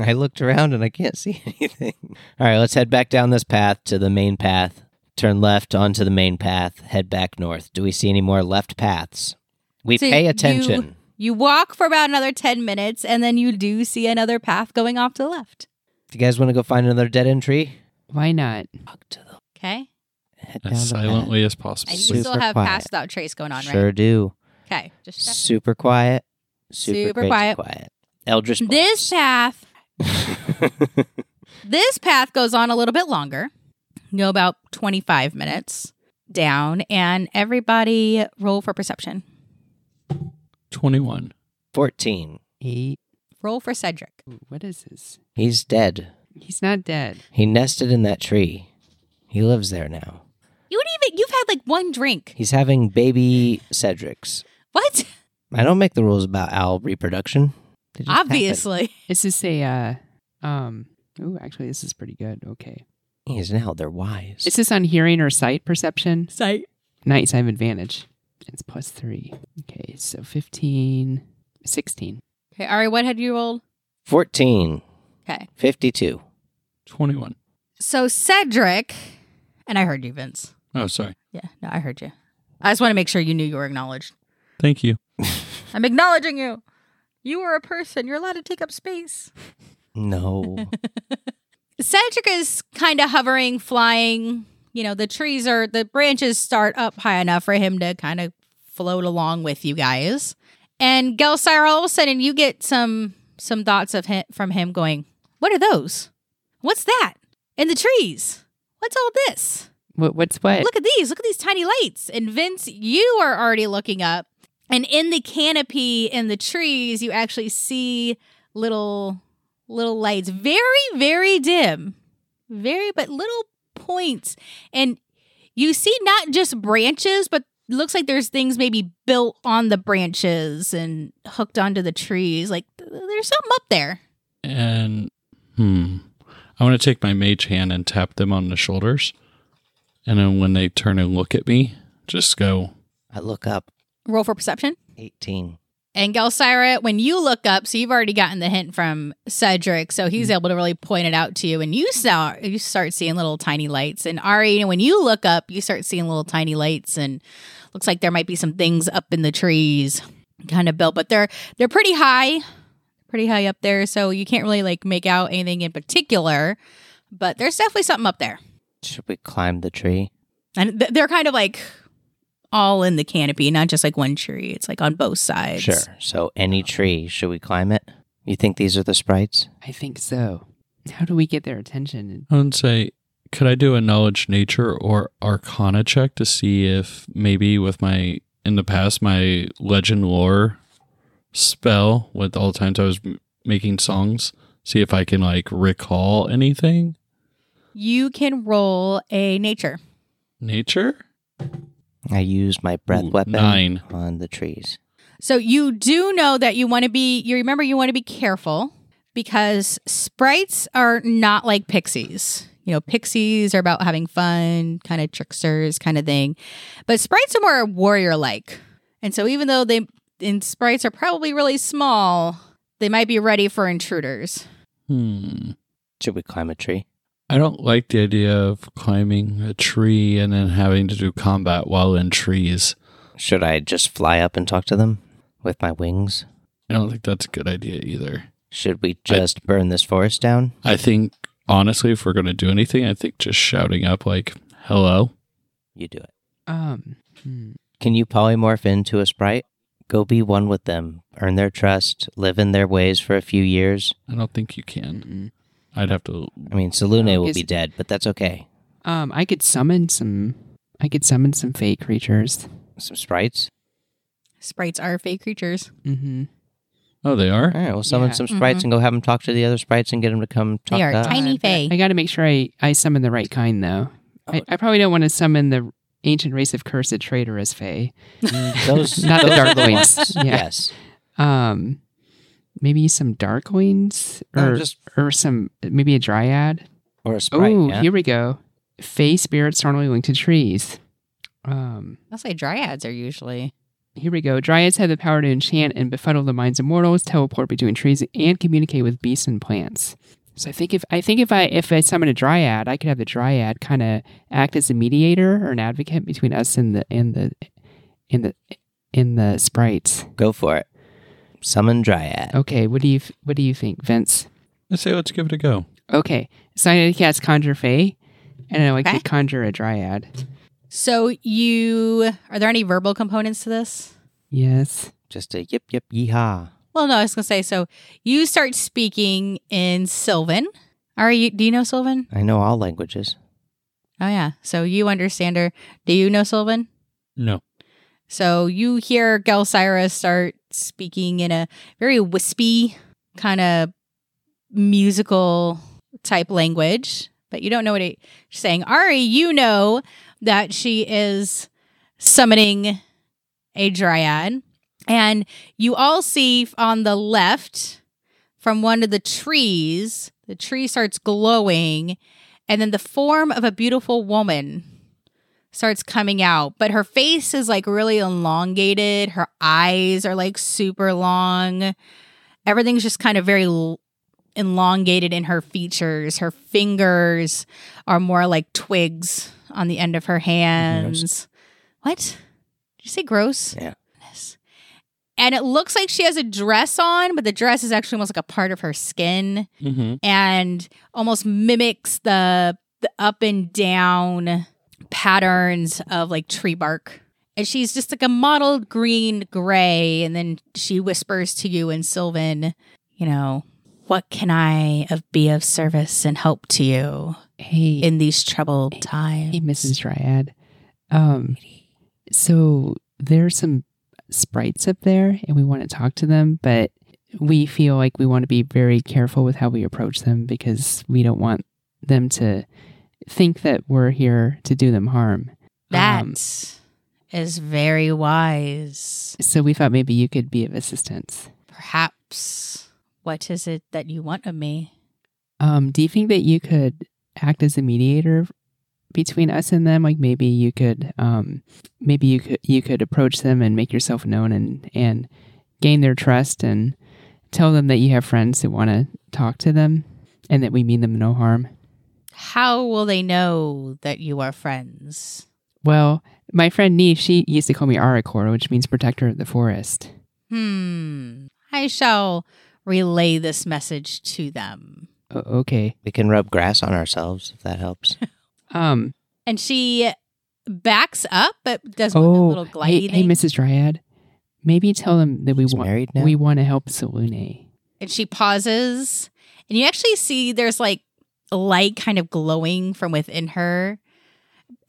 [SPEAKER 2] I looked around and I can't see anything. All right, let's head back down this path to the main path. Turn left onto the main path. Head back north. Do we see any more left paths? We
[SPEAKER 1] So
[SPEAKER 2] pay
[SPEAKER 1] you-
[SPEAKER 2] attention.
[SPEAKER 1] You walk for about another 10 minutes and then you do see another path going off to the left.
[SPEAKER 2] Do you guys want to go find another dead end tree?
[SPEAKER 3] Why not?
[SPEAKER 2] Fuck to the
[SPEAKER 1] Okay.
[SPEAKER 2] head down
[SPEAKER 5] as
[SPEAKER 2] the path.
[SPEAKER 5] silently as possible
[SPEAKER 1] And
[SPEAKER 2] Super
[SPEAKER 1] you still have
[SPEAKER 2] quiet.
[SPEAKER 1] pass without trace going on,
[SPEAKER 2] Sure
[SPEAKER 1] right?
[SPEAKER 2] do.
[SPEAKER 1] Okay. Just check.
[SPEAKER 2] Super quiet. Super,
[SPEAKER 1] Super
[SPEAKER 2] crazy
[SPEAKER 1] quiet.
[SPEAKER 2] quiet. Eldritch.
[SPEAKER 1] this
[SPEAKER 2] blast.
[SPEAKER 1] path, this path goes on a little bit longer. You know, about 25 minutes down and everybody roll for perception.
[SPEAKER 5] 21
[SPEAKER 2] Fourteen.
[SPEAKER 3] Eight.
[SPEAKER 1] Roll for Cedric.
[SPEAKER 3] What is this?
[SPEAKER 2] He's dead.
[SPEAKER 3] He's not dead.
[SPEAKER 2] He nested in that tree. He lives there now.
[SPEAKER 1] You wouldn't even. You've had like one drink.
[SPEAKER 2] He's having baby Cedrics.
[SPEAKER 1] What?
[SPEAKER 2] I don't make the rules about owl reproduction. They just happen.
[SPEAKER 1] Obviously.
[SPEAKER 3] This is a uh, um. Oh, actually, this is pretty good. Okay,
[SPEAKER 2] He's an owl. They're wise.
[SPEAKER 3] is this on hearing or sight perception?
[SPEAKER 1] Sight.
[SPEAKER 3] Night time advantage. It's plus three. Okay, so 15, 16.
[SPEAKER 1] Okay, Ari, what had you rolled?
[SPEAKER 2] 14,
[SPEAKER 1] Okay.
[SPEAKER 2] 52.
[SPEAKER 5] 21.
[SPEAKER 1] So Cedric, and I heard you, Vince.
[SPEAKER 5] Oh, sorry.
[SPEAKER 1] Yeah, no, I heard you. I just want to make sure you knew you were acknowledged.
[SPEAKER 5] Thank you.
[SPEAKER 1] I'm acknowledging you. You are a person. You're allowed to take up space.
[SPEAKER 2] No.
[SPEAKER 1] Cedric is kind of hovering, flying. You know, the trees are, the branches start up high enough for him to kind of float along with you guys. And Gelsire, all of a sudden, you get some some thoughts of him, from him going, What are those? What's that? In the trees? What's all this?
[SPEAKER 3] What? What's what?
[SPEAKER 1] Look at these. Look at these tiny lights. And Vince, you are already looking up. And in the canopy in the trees, you actually see little little lights. Very, very dim. Very but little points. And you see not just branches, but looks like there's things maybe built on the branches and hooked onto the trees. Like th- there's something up there.
[SPEAKER 5] And, hmm. I want to take my mage hand and tap them on the shoulders. And then when they turn and look at me, just go,
[SPEAKER 2] I look up.
[SPEAKER 1] Roll for perception.
[SPEAKER 2] 18.
[SPEAKER 1] And Gelsira, when you look up, so you've already gotten the hint from Cedric, so he's able to really point it out to you. And you saw you start seeing little tiny lights. And Ari, when you look up, you start seeing little tiny lights, and looks like there might be some things up in the trees, kind of built, but they're they're pretty high, pretty high up there. So you can't really like make out anything in particular, but there's definitely something up there.
[SPEAKER 2] Should we climb the tree?
[SPEAKER 1] And th- they're kind of like all in the canopy, not just like one tree. It's like on both sides.
[SPEAKER 2] Sure. So, any tree, should we climb it? You think these are the sprites?
[SPEAKER 3] I think so. How do we get their attention?
[SPEAKER 5] I would say, could I do a knowledge nature or arcana check to see if maybe with my, in the past, my legend lore spell, with all the times I was m- making songs, see if I can like recall anything?
[SPEAKER 1] You can roll a nature.
[SPEAKER 5] Nature?
[SPEAKER 2] I use my breath
[SPEAKER 5] Ooh,
[SPEAKER 2] weapon
[SPEAKER 5] nine.
[SPEAKER 2] on the trees.
[SPEAKER 1] So you do know that you want to be, you remember you want to be careful because sprites are not like pixies. You know, pixies are about having fun, kind of tricksters kind of thing. But sprites are more warrior like. And so even though they, and sprites are probably really small, they might be ready for intruders.
[SPEAKER 5] Hmm.
[SPEAKER 2] Should we climb a tree?
[SPEAKER 5] I don't like the idea of climbing a tree and then having to do combat while in trees.
[SPEAKER 2] Should I just fly up and talk to them with my wings?
[SPEAKER 5] I don't think that's a good idea either.
[SPEAKER 2] Should we just burn this forest down?
[SPEAKER 5] I think honestly, if we're gonna do anything, I think just shouting up like "Hello,"
[SPEAKER 2] You do it.
[SPEAKER 3] Um, hmm.
[SPEAKER 2] Can you polymorph into a sprite? Go be one with them, earn their trust, live in their ways for a few years.
[SPEAKER 5] I don't think you can.
[SPEAKER 3] mm-mm.
[SPEAKER 5] I'd have to.
[SPEAKER 2] I mean, Salune will
[SPEAKER 3] Is-
[SPEAKER 2] be dead, but that's okay.
[SPEAKER 3] um, I could summon some. I could summon some fake creatures.
[SPEAKER 2] Some sprites.
[SPEAKER 1] Sprites are fake creatures.
[SPEAKER 3] Mm-hmm.
[SPEAKER 5] Oh, they
[SPEAKER 2] All
[SPEAKER 5] are.
[SPEAKER 2] right, we'll summon
[SPEAKER 3] Yeah.
[SPEAKER 2] some sprites and go have them talk to the other sprites and get them to come talk
[SPEAKER 1] they are
[SPEAKER 2] to us.
[SPEAKER 1] tiny fae.
[SPEAKER 3] I got to make sure I I summon the right kind though. I, I probably don't want to summon the ancient race of cursed traitorous fae.
[SPEAKER 2] Those,
[SPEAKER 3] Not the
[SPEAKER 2] those are
[SPEAKER 3] darklings.
[SPEAKER 2] ones.
[SPEAKER 3] Yeah.
[SPEAKER 2] Yes.
[SPEAKER 3] Um, maybe some darklings or
[SPEAKER 2] No, just
[SPEAKER 3] or some maybe a dryad.
[SPEAKER 2] or a sprite.
[SPEAKER 3] Oh,
[SPEAKER 2] yeah?
[SPEAKER 3] here we go. Fey spirits normally linked to trees. Um,
[SPEAKER 1] I'll say dryads are usually.
[SPEAKER 3] here we go. Dryads have the power to enchant and befuddle the minds of mortals, teleport between trees, and communicate with beasts and plants. So I think if I think if I if I summon a dryad, I could have the dryad kind of act as a mediator or an advocate between us and the and the and the and the sprites.
[SPEAKER 2] Go for it. Summon Dryad.
[SPEAKER 3] Okay, what do you what do you think, Vince?
[SPEAKER 5] I say let's give it a go.
[SPEAKER 3] Okay, so I need to cast conjure fey, and I
[SPEAKER 1] Okay.
[SPEAKER 3] could conjure a dryad.
[SPEAKER 1] So you, are there any verbal components to this?
[SPEAKER 3] Yes.
[SPEAKER 2] Just a yip yip yeehaw.
[SPEAKER 1] Well, no, I was gonna say. So you start speaking in Sylvan. Are you? Do you know Sylvan?
[SPEAKER 2] I know all languages.
[SPEAKER 1] Oh yeah. So you understand her. Do you know Sylvan?
[SPEAKER 5] No.
[SPEAKER 1] So you hear Gelsira start speaking in a very wispy kind of musical type language but you don't know what it- she's saying. Ari, you know that she is summoning a dryad. And you all see on the left from one of the trees, the tree starts glowing, and then the form of a beautiful woman starts coming out. But her face is like really elongated, her eyes are like super long. Everything's just kind of very l- elongated in her features. Her fingers are more like twigs on the end of her hands. What? Did you say gross?
[SPEAKER 2] Yeah.
[SPEAKER 1] Yes. And it looks like she has a dress on, but the dress is actually almost like a part of her skin
[SPEAKER 5] Mm-hmm.
[SPEAKER 1] and almost mimics the the up and down patterns of like tree bark. And she's just like a mottled green gray and then she whispers to you and Sylvan, you know, what can I of be of service and help to you
[SPEAKER 3] Hey,
[SPEAKER 1] in these troubled
[SPEAKER 3] Hey,
[SPEAKER 1] times?
[SPEAKER 3] Mrs. Dryad. Um, so there's some sprites up there, and we want to talk to them, but we feel like we want to be very careful with how we approach them because we don't want them to think that we're here to do them harm.
[SPEAKER 1] That
[SPEAKER 3] Um,
[SPEAKER 1] is very wise.
[SPEAKER 3] so we thought maybe you could be of assistance.
[SPEAKER 1] Perhaps what is it that you want of me?
[SPEAKER 3] Um, do you think that you could act as a mediator between us and them? Like maybe you could, um, maybe you could you could approach them and make yourself known and and gain their trust and tell them that you have friends that want to talk to them and that we mean them no harm.
[SPEAKER 1] How will they know that you are friends?
[SPEAKER 3] Well, my friend Nee, she used to call me Arakor, which means protector of the forest.
[SPEAKER 1] Hmm. I shall relay this message to them.
[SPEAKER 3] O- okay.
[SPEAKER 2] We can rub grass on ourselves if that helps.
[SPEAKER 3] Um.
[SPEAKER 1] And she backs up, but does one
[SPEAKER 3] Oh,
[SPEAKER 1] little glidey
[SPEAKER 3] hey, hey,
[SPEAKER 1] thing.
[SPEAKER 3] Mrs. Dryad. Maybe tell them that we
[SPEAKER 2] He's
[SPEAKER 3] want
[SPEAKER 2] married now.
[SPEAKER 3] we want to help Salune.
[SPEAKER 1] and she pauses, and you actually see there's like light kind of glowing from within her.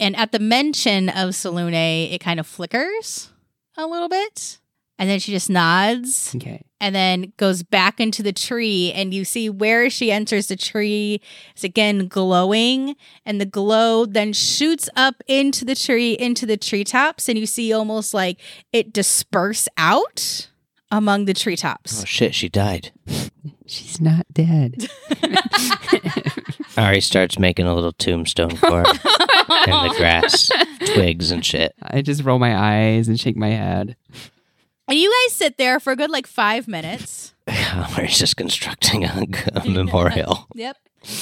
[SPEAKER 1] And at the mention of Salune, it kind of flickers a little bit. And then she just nods.
[SPEAKER 3] Okay.
[SPEAKER 1] and then goes back into the tree and you see where she enters the tree is again glowing and the glow then shoots up into the tree into the treetops and you see almost like it disperse out among the treetops
[SPEAKER 2] oh shit, she died.
[SPEAKER 3] She's not dead.
[SPEAKER 2] Ari starts making a little tombstone for her in the grass, twigs and shit.
[SPEAKER 3] I just roll my eyes and shake my head.
[SPEAKER 1] and you guys sit there for a good like five minutes
[SPEAKER 2] Ari's just constructing a, a memorial.
[SPEAKER 1] yep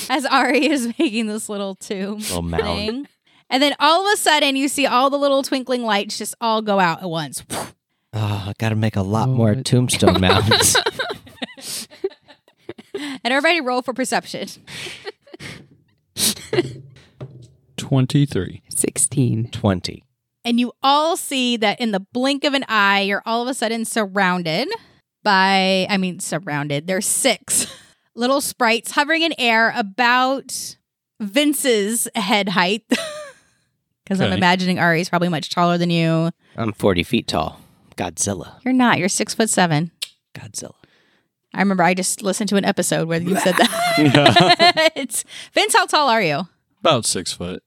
[SPEAKER 1] as ari is making this little tomb
[SPEAKER 2] Little mound.
[SPEAKER 1] thing and then all of a sudden you see all the little twinkling lights just all go out at once
[SPEAKER 2] Oh, I gotta make a lot
[SPEAKER 3] Oh,
[SPEAKER 2] more
[SPEAKER 3] but-
[SPEAKER 2] tombstone mounds.
[SPEAKER 1] and everybody roll for perception
[SPEAKER 5] 23.
[SPEAKER 3] 16.
[SPEAKER 2] 20.
[SPEAKER 1] And you all see that in the blink of an eye, you're all of a sudden surrounded by, I mean, surrounded. There's six little sprites hovering in air about Vince's head height. Because I'm
[SPEAKER 5] Okay.
[SPEAKER 1] imagining Ari's probably much taller than you.
[SPEAKER 2] I'm 40 feet tall. Godzilla.
[SPEAKER 1] You're not. You're six foot seven.
[SPEAKER 2] Godzilla.
[SPEAKER 1] I remember I just listened to an episode where you said that. It's- Vince, how tall are you?
[SPEAKER 5] About six foot.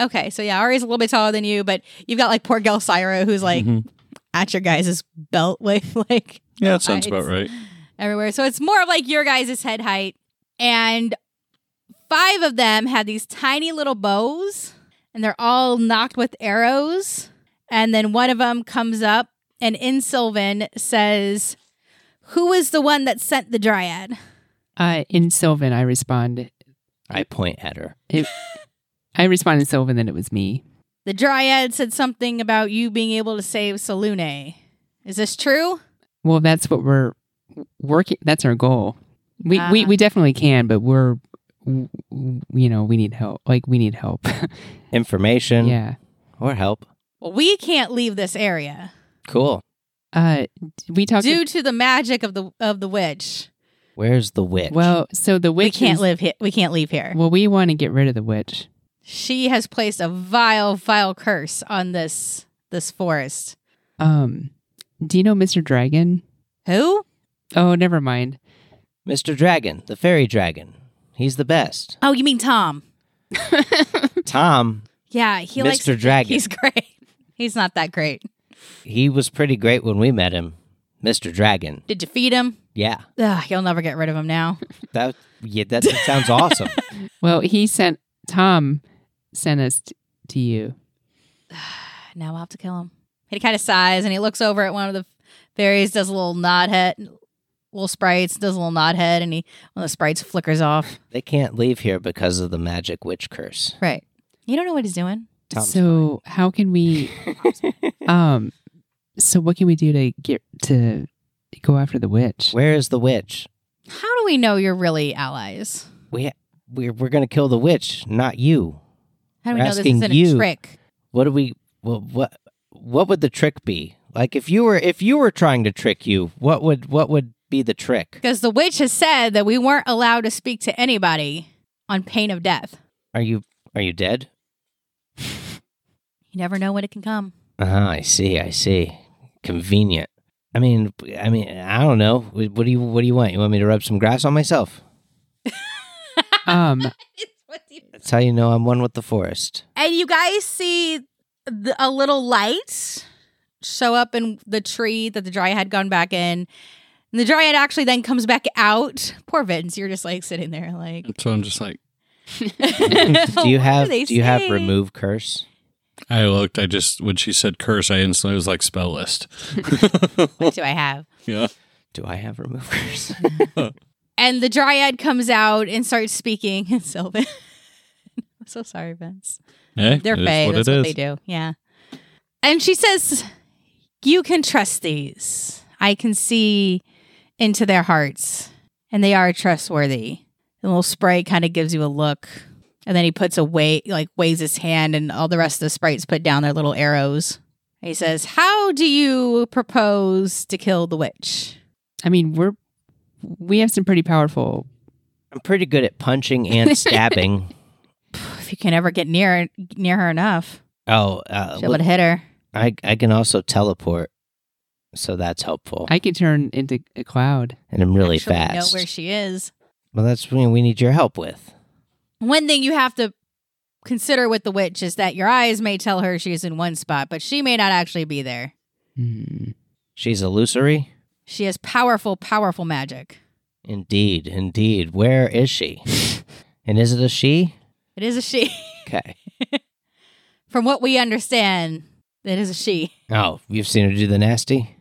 [SPEAKER 1] Okay, so yeah, Ari's a little bit taller than you, but you've got like poor Gelsira who's like
[SPEAKER 5] Mhm.
[SPEAKER 1] at your guys' belt with like
[SPEAKER 5] Yeah, that sounds
[SPEAKER 1] Nice.
[SPEAKER 5] about right.
[SPEAKER 1] everywhere. So it's more of like your guys' head height. And five of them have these tiny little bows, and they're all knocked with arrows. And then one of them comes up and in Sylvan says, Who is the one that sent the dryad?
[SPEAKER 3] Uh, in Sylvan, I respond.
[SPEAKER 2] I point at her.
[SPEAKER 3] I respond in Sylvan that it was me.
[SPEAKER 1] The dryad said something about you being able to save Salune. Is this true?
[SPEAKER 3] Well, that's what we're working. That's our goal. We, we,
[SPEAKER 1] Ah.
[SPEAKER 3] we definitely can, but we're, w- w- you know, we need help. Like, we need help.
[SPEAKER 2] Information
[SPEAKER 3] yeah.
[SPEAKER 2] or help.
[SPEAKER 1] Well, we can't leave this area
[SPEAKER 2] Cool.
[SPEAKER 3] Uh, we talked.
[SPEAKER 1] due to the magic of the of the witch.
[SPEAKER 2] Where's the witch?
[SPEAKER 3] well, so the witch.
[SPEAKER 1] we can't
[SPEAKER 3] is-
[SPEAKER 1] live here. We can't leave here.
[SPEAKER 3] Well, we want to get rid of the witch.
[SPEAKER 1] She has placed a vile, vile curse on this this forest.
[SPEAKER 3] Um, do you know Mr. Dragon?
[SPEAKER 1] Who?
[SPEAKER 3] Oh, never mind.
[SPEAKER 2] Mr. Dragon, the fairy dragon. He's the best.
[SPEAKER 1] Oh, you mean Tom?
[SPEAKER 2] Tom,
[SPEAKER 1] Yeah, he likes.
[SPEAKER 2] Mr. Dragon.
[SPEAKER 1] He's great. He's not that great.
[SPEAKER 2] He was pretty great when we met him, Mr. Dragon.
[SPEAKER 1] Did you feed him?
[SPEAKER 2] Yeah,
[SPEAKER 1] Ugh, you'll never get rid of him now.
[SPEAKER 2] that yeah, that, that sounds awesome.
[SPEAKER 3] Well, he sent Tom sent us t- to you.
[SPEAKER 1] now we'll have to kill him. He kind of sighs and he looks over at one of the fairies, does a little nod head, little sprites, does a little nod head, and he one of the sprites flickers off.
[SPEAKER 2] They can't leave here because of the magic witch curse.
[SPEAKER 1] Right. You don't know what he's doing.
[SPEAKER 2] Tom's
[SPEAKER 3] so how can we? um, so what can we do to get to go after the witch?
[SPEAKER 2] Where is the witch?
[SPEAKER 1] How do we know you're really allies?
[SPEAKER 2] We we're we're gonna kill the witch, not you.
[SPEAKER 1] How do we
[SPEAKER 2] We're
[SPEAKER 1] know this
[SPEAKER 2] asking
[SPEAKER 1] isn't a
[SPEAKER 2] you.
[SPEAKER 1] trick?
[SPEAKER 2] What do we? Well, what what would the trick be? Like if you were if you were trying to trick you, what would what would be the trick?
[SPEAKER 1] Because the witch has said that we weren't allowed to speak to anybody on pain of death.
[SPEAKER 2] Are you are you dead?
[SPEAKER 1] You never know when it can come.
[SPEAKER 2] Ah, I see. I see. Convenient. I mean, I mean, I don't know. Wh- What do you What do you want? You want me to rub some grass on myself?
[SPEAKER 3] Um,
[SPEAKER 2] That's how you know I'm one with the forest.
[SPEAKER 1] And you guys see the, a little light show up in the tree that the dryad had gone back in. And the dryad actually then comes back out. Poor Vince, you're just like sitting there, like.
[SPEAKER 5] So I'm just like,
[SPEAKER 2] do you have Do you have remove curse?
[SPEAKER 5] I looked. I just when she said curse, I instantly was like spell list.
[SPEAKER 1] What do I have?
[SPEAKER 5] yeah,
[SPEAKER 2] Do I have remove curse?
[SPEAKER 1] And the dryad comes out and starts speaking in Sylvan. I'm so sorry, Vince.
[SPEAKER 5] hey,
[SPEAKER 1] They're
[SPEAKER 5] it is
[SPEAKER 1] fey.
[SPEAKER 5] what
[SPEAKER 1] That's
[SPEAKER 5] it
[SPEAKER 1] what
[SPEAKER 5] is.
[SPEAKER 1] they do. Yeah. And she says, You can trust these. I can see into their hearts, and they are trustworthy. The little sprite kind of gives you a look, and then he puts away, like, waves his hand, and all the rest of the sprites put down their little arrows. And he says, How do you propose to kill the witch?
[SPEAKER 3] I mean we're we have some pretty powerful.
[SPEAKER 2] I'm pretty good at punching and stabbing.
[SPEAKER 1] If you can ever get near near her enough,
[SPEAKER 2] oh, uh,
[SPEAKER 1] she'll
[SPEAKER 2] look,
[SPEAKER 1] hit her.
[SPEAKER 2] I I can also teleport, so that's helpful.
[SPEAKER 3] I can turn into a cloud.
[SPEAKER 2] and I'm really
[SPEAKER 1] She'll know
[SPEAKER 2] fast.
[SPEAKER 1] where she is.
[SPEAKER 2] well, that's what we need your help with.
[SPEAKER 1] one thing you have to consider with the witch is that your eyes may tell her she's in one spot, but she may not actually be there.
[SPEAKER 3] Hmm.
[SPEAKER 2] She's illusory.
[SPEAKER 1] She has powerful, powerful magic.
[SPEAKER 2] Indeed, indeed. Where is she? and is it a she?
[SPEAKER 1] It is a she.
[SPEAKER 2] Okay.
[SPEAKER 1] From what we understand, it is a she.
[SPEAKER 2] Oh, you've seen her do the nasty?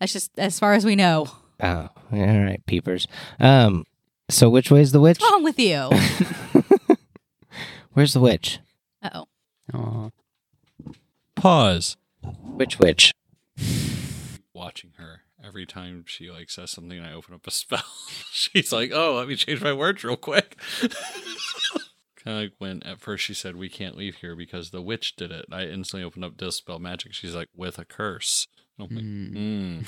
[SPEAKER 1] That's just as far as we know.
[SPEAKER 2] Oh, all right, peepers. Um, so which way's the witch?
[SPEAKER 1] What's wrong with you?
[SPEAKER 2] Where's the witch?
[SPEAKER 1] Oh,
[SPEAKER 3] Aw.
[SPEAKER 5] Pause.
[SPEAKER 2] Which witch?
[SPEAKER 5] Watching her every time she like says something, I open up a spell. She's like, "Oh, let me change my words real quick." kind of like when at first she said, "We can't leave here because the witch did it." I instantly opened up dispel magic. She's like, "With a curse." And I'm like,
[SPEAKER 3] Hmm.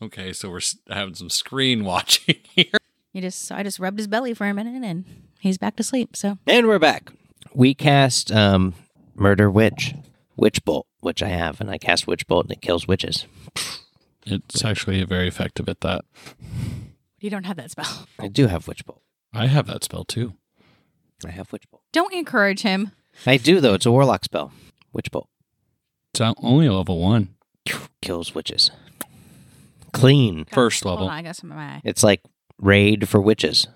[SPEAKER 5] "Hmm. Okay, so we're s- having some screen watching here.
[SPEAKER 1] you just I just rubbed his belly for a minute and he's back to sleep. So
[SPEAKER 2] And we're back. We cast um murder witch, witch bolt, which I have, and I cast witch bolt and it kills witches.
[SPEAKER 5] It's actually very effective at that.
[SPEAKER 1] you don't have that spell.
[SPEAKER 2] I do have witch bolt.
[SPEAKER 5] I have that spell too.
[SPEAKER 2] I have witch bolt.
[SPEAKER 1] Don't encourage him.
[SPEAKER 2] I do though. It's a warlock spell. Witch bolt
[SPEAKER 5] It's on- only a level one.
[SPEAKER 2] kills witches. Clean.
[SPEAKER 5] First
[SPEAKER 1] Hold
[SPEAKER 5] level.
[SPEAKER 1] on, I got some of my.
[SPEAKER 2] It's like raid for witches.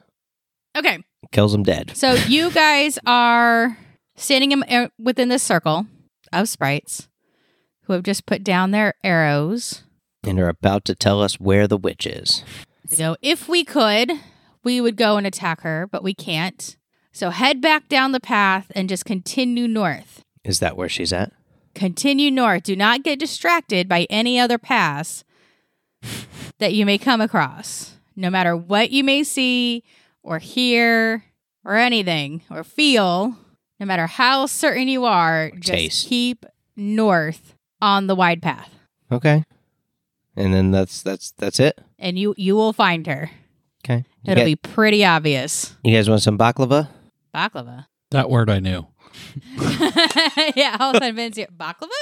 [SPEAKER 1] Okay.
[SPEAKER 2] Kills them dead.
[SPEAKER 1] So you guys are standing in, er, within this circle of sprites who have just put down their arrows.
[SPEAKER 2] and are about to tell us where the witch is.
[SPEAKER 1] So if we could, we would go and attack her, but we can't. So head back down the path and just continue north.
[SPEAKER 2] Is that where she's at?
[SPEAKER 1] Continue north. Do not get distracted by any other pass that you may come across. No matter what you may see or hear or anything or feel, no matter how certain you are, just
[SPEAKER 2] taste.
[SPEAKER 1] keep north on the wide path
[SPEAKER 2] Okay. And then that's that's that's it.
[SPEAKER 1] and you you will find her.
[SPEAKER 2] Okay. You,
[SPEAKER 1] It'll
[SPEAKER 2] guys,
[SPEAKER 1] be pretty obvious.
[SPEAKER 2] you guys want some baklava?
[SPEAKER 1] Baklava.
[SPEAKER 5] That word I knew.
[SPEAKER 1] yeah, all of a sudden Vince, yeah, baklava?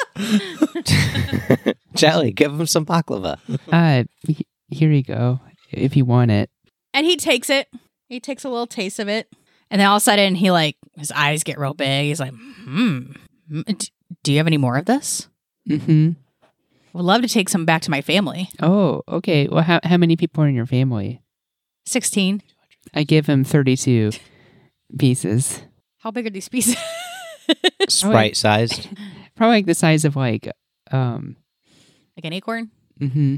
[SPEAKER 2] Jelly, give him some baklava.
[SPEAKER 1] Oh,
[SPEAKER 3] Uh, he- here you go. If you want it,
[SPEAKER 1] And he takes it. He takes a little taste of it. And then all of a sudden, he like his eyes get real big. He's like, "Hmm, Mm, d- do you have any more of this?
[SPEAKER 3] Mm-hmm.
[SPEAKER 1] Would love to take some back to my family."
[SPEAKER 3] Oh, okay. Well, how, how many people are in your family?
[SPEAKER 1] Sixteen.
[SPEAKER 3] I give him 32 pieces.
[SPEAKER 1] How big are these pieces?
[SPEAKER 2] Sprite sized.
[SPEAKER 3] Probably like the size of like, um,
[SPEAKER 1] like an acorn?
[SPEAKER 3] mm-hmm.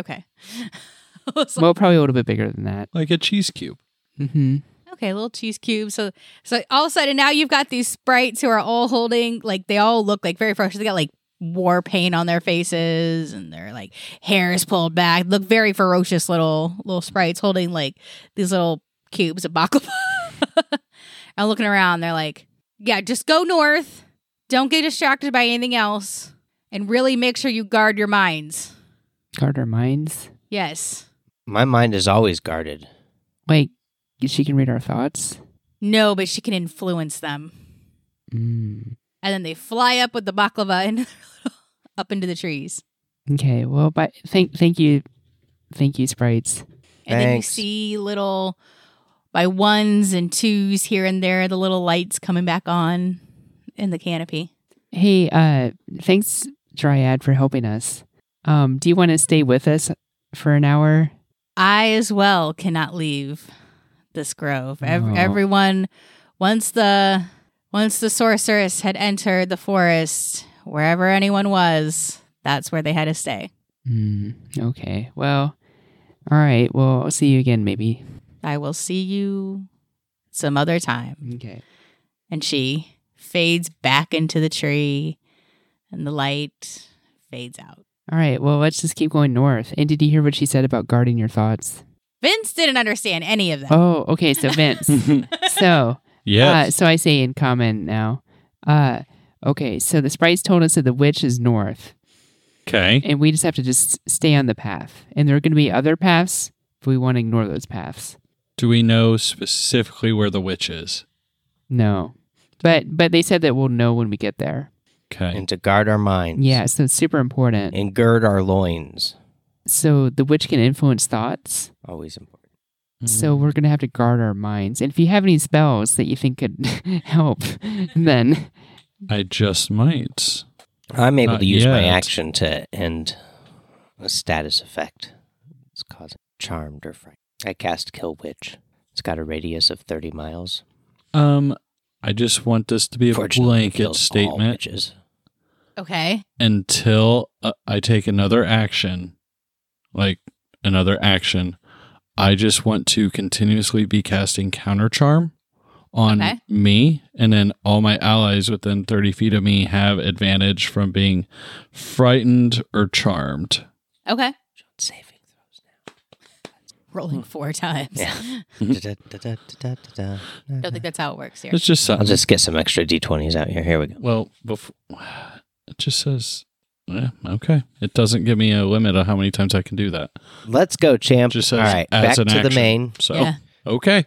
[SPEAKER 1] Okay. I was like,
[SPEAKER 3] well, probably a little bit bigger than that.
[SPEAKER 5] Like a cheese cube.
[SPEAKER 3] Mm-hmm.
[SPEAKER 1] okay, little cheese cubes. So, so all of a sudden now you've got these sprites who are all holding like they all look like very ferocious. They got like war paint on their faces, and their like hair is pulled back. Look very ferocious little little sprites holding like these little cubes of baklava. and looking around, they're like, "Yeah, just go north. Don't get distracted by anything else, and really make sure you guard your minds."
[SPEAKER 3] Guard our minds.
[SPEAKER 1] Yes.
[SPEAKER 2] My mind is always guarded.
[SPEAKER 3] Like, she can read our thoughts.
[SPEAKER 1] No, but she can influence them.
[SPEAKER 3] Mm.
[SPEAKER 1] And then they fly up with the baklava and up into the trees.
[SPEAKER 3] Okay. Well, but thank, thank you. Thank you, sprites.
[SPEAKER 1] And then you
[SPEAKER 2] Thanks.
[SPEAKER 1] see little by ones and twos here and there the little lights coming back on in the canopy.
[SPEAKER 3] Hey, uh, thanks, Dryad, for helping us. Um, do you want to stay with us for an hour?
[SPEAKER 1] I as well cannot leave this grove. Ev-
[SPEAKER 3] Oh.
[SPEAKER 1] Everyone once the once the sorceress had entered the forest, wherever anyone was, that's where they had to stay.
[SPEAKER 3] Mm, okay. Well, all right. Well, I'll see you again, maybe.
[SPEAKER 1] I will see you some other time.
[SPEAKER 3] Okay.
[SPEAKER 1] and she fades back into the tree and the light fades out.
[SPEAKER 3] All right. Well, let's just keep going north. And did you hear what she said about guarding your thoughts?
[SPEAKER 1] Vince didn't understand any of that.
[SPEAKER 3] Oh, okay. So Vince. so, uh,
[SPEAKER 4] Yes.
[SPEAKER 3] so I say in common now. Uh, okay. So the sprites told us that the witch is north,
[SPEAKER 5] Okay.
[SPEAKER 3] and we just have to just stay on the path. And there are going to be other paths, but we want to ignore those paths.
[SPEAKER 5] Do we know specifically where the witch is?
[SPEAKER 3] No. But but they said that we'll know when we get there.
[SPEAKER 5] Okay.
[SPEAKER 2] And to guard our minds.
[SPEAKER 3] Yeah, so it's super important.
[SPEAKER 2] And gird our loins.
[SPEAKER 3] So the witch can influence thoughts.
[SPEAKER 2] Always important.
[SPEAKER 1] Mm-hmm.
[SPEAKER 3] So
[SPEAKER 5] Mm.
[SPEAKER 3] we're gonna have to guard our minds. And if you have any spells that you think could help, then
[SPEAKER 5] I just might.
[SPEAKER 2] I'm able
[SPEAKER 5] Not
[SPEAKER 2] to use my
[SPEAKER 5] yet.
[SPEAKER 2] action to end a status effect. It's causing charmed or fright. I cast Kill Witch. It's got a radius of 30 miles.
[SPEAKER 5] Um, I just want this to be a
[SPEAKER 2] Fortunately, it
[SPEAKER 5] blanket
[SPEAKER 2] kills all
[SPEAKER 5] statement
[SPEAKER 2] witches.
[SPEAKER 1] Okay.
[SPEAKER 5] until uh, I take another action, like another action. I just want to continuously be casting counter charm on
[SPEAKER 1] Okay.
[SPEAKER 5] me, and then all my allies within 30 feet of me have advantage from being frightened or charmed.
[SPEAKER 1] Okay.
[SPEAKER 2] Saving throws
[SPEAKER 1] Rolling four times.
[SPEAKER 2] Hmm. Yeah. Da- da- da- da- da- da- da-
[SPEAKER 1] Don't think that's how it works here.
[SPEAKER 5] It's just
[SPEAKER 2] I'll
[SPEAKER 5] something.
[SPEAKER 2] just get some extra d20s out here. Here we go.
[SPEAKER 5] well, before, it just says, yeah, okay. It doesn't give me a limit on how many times I can do that.
[SPEAKER 2] Let's go, champ.
[SPEAKER 5] Just says
[SPEAKER 2] All right,
[SPEAKER 5] as
[SPEAKER 2] back to
[SPEAKER 5] an
[SPEAKER 2] the
[SPEAKER 5] action.
[SPEAKER 2] main.
[SPEAKER 5] So,
[SPEAKER 1] Yeah.
[SPEAKER 5] okay.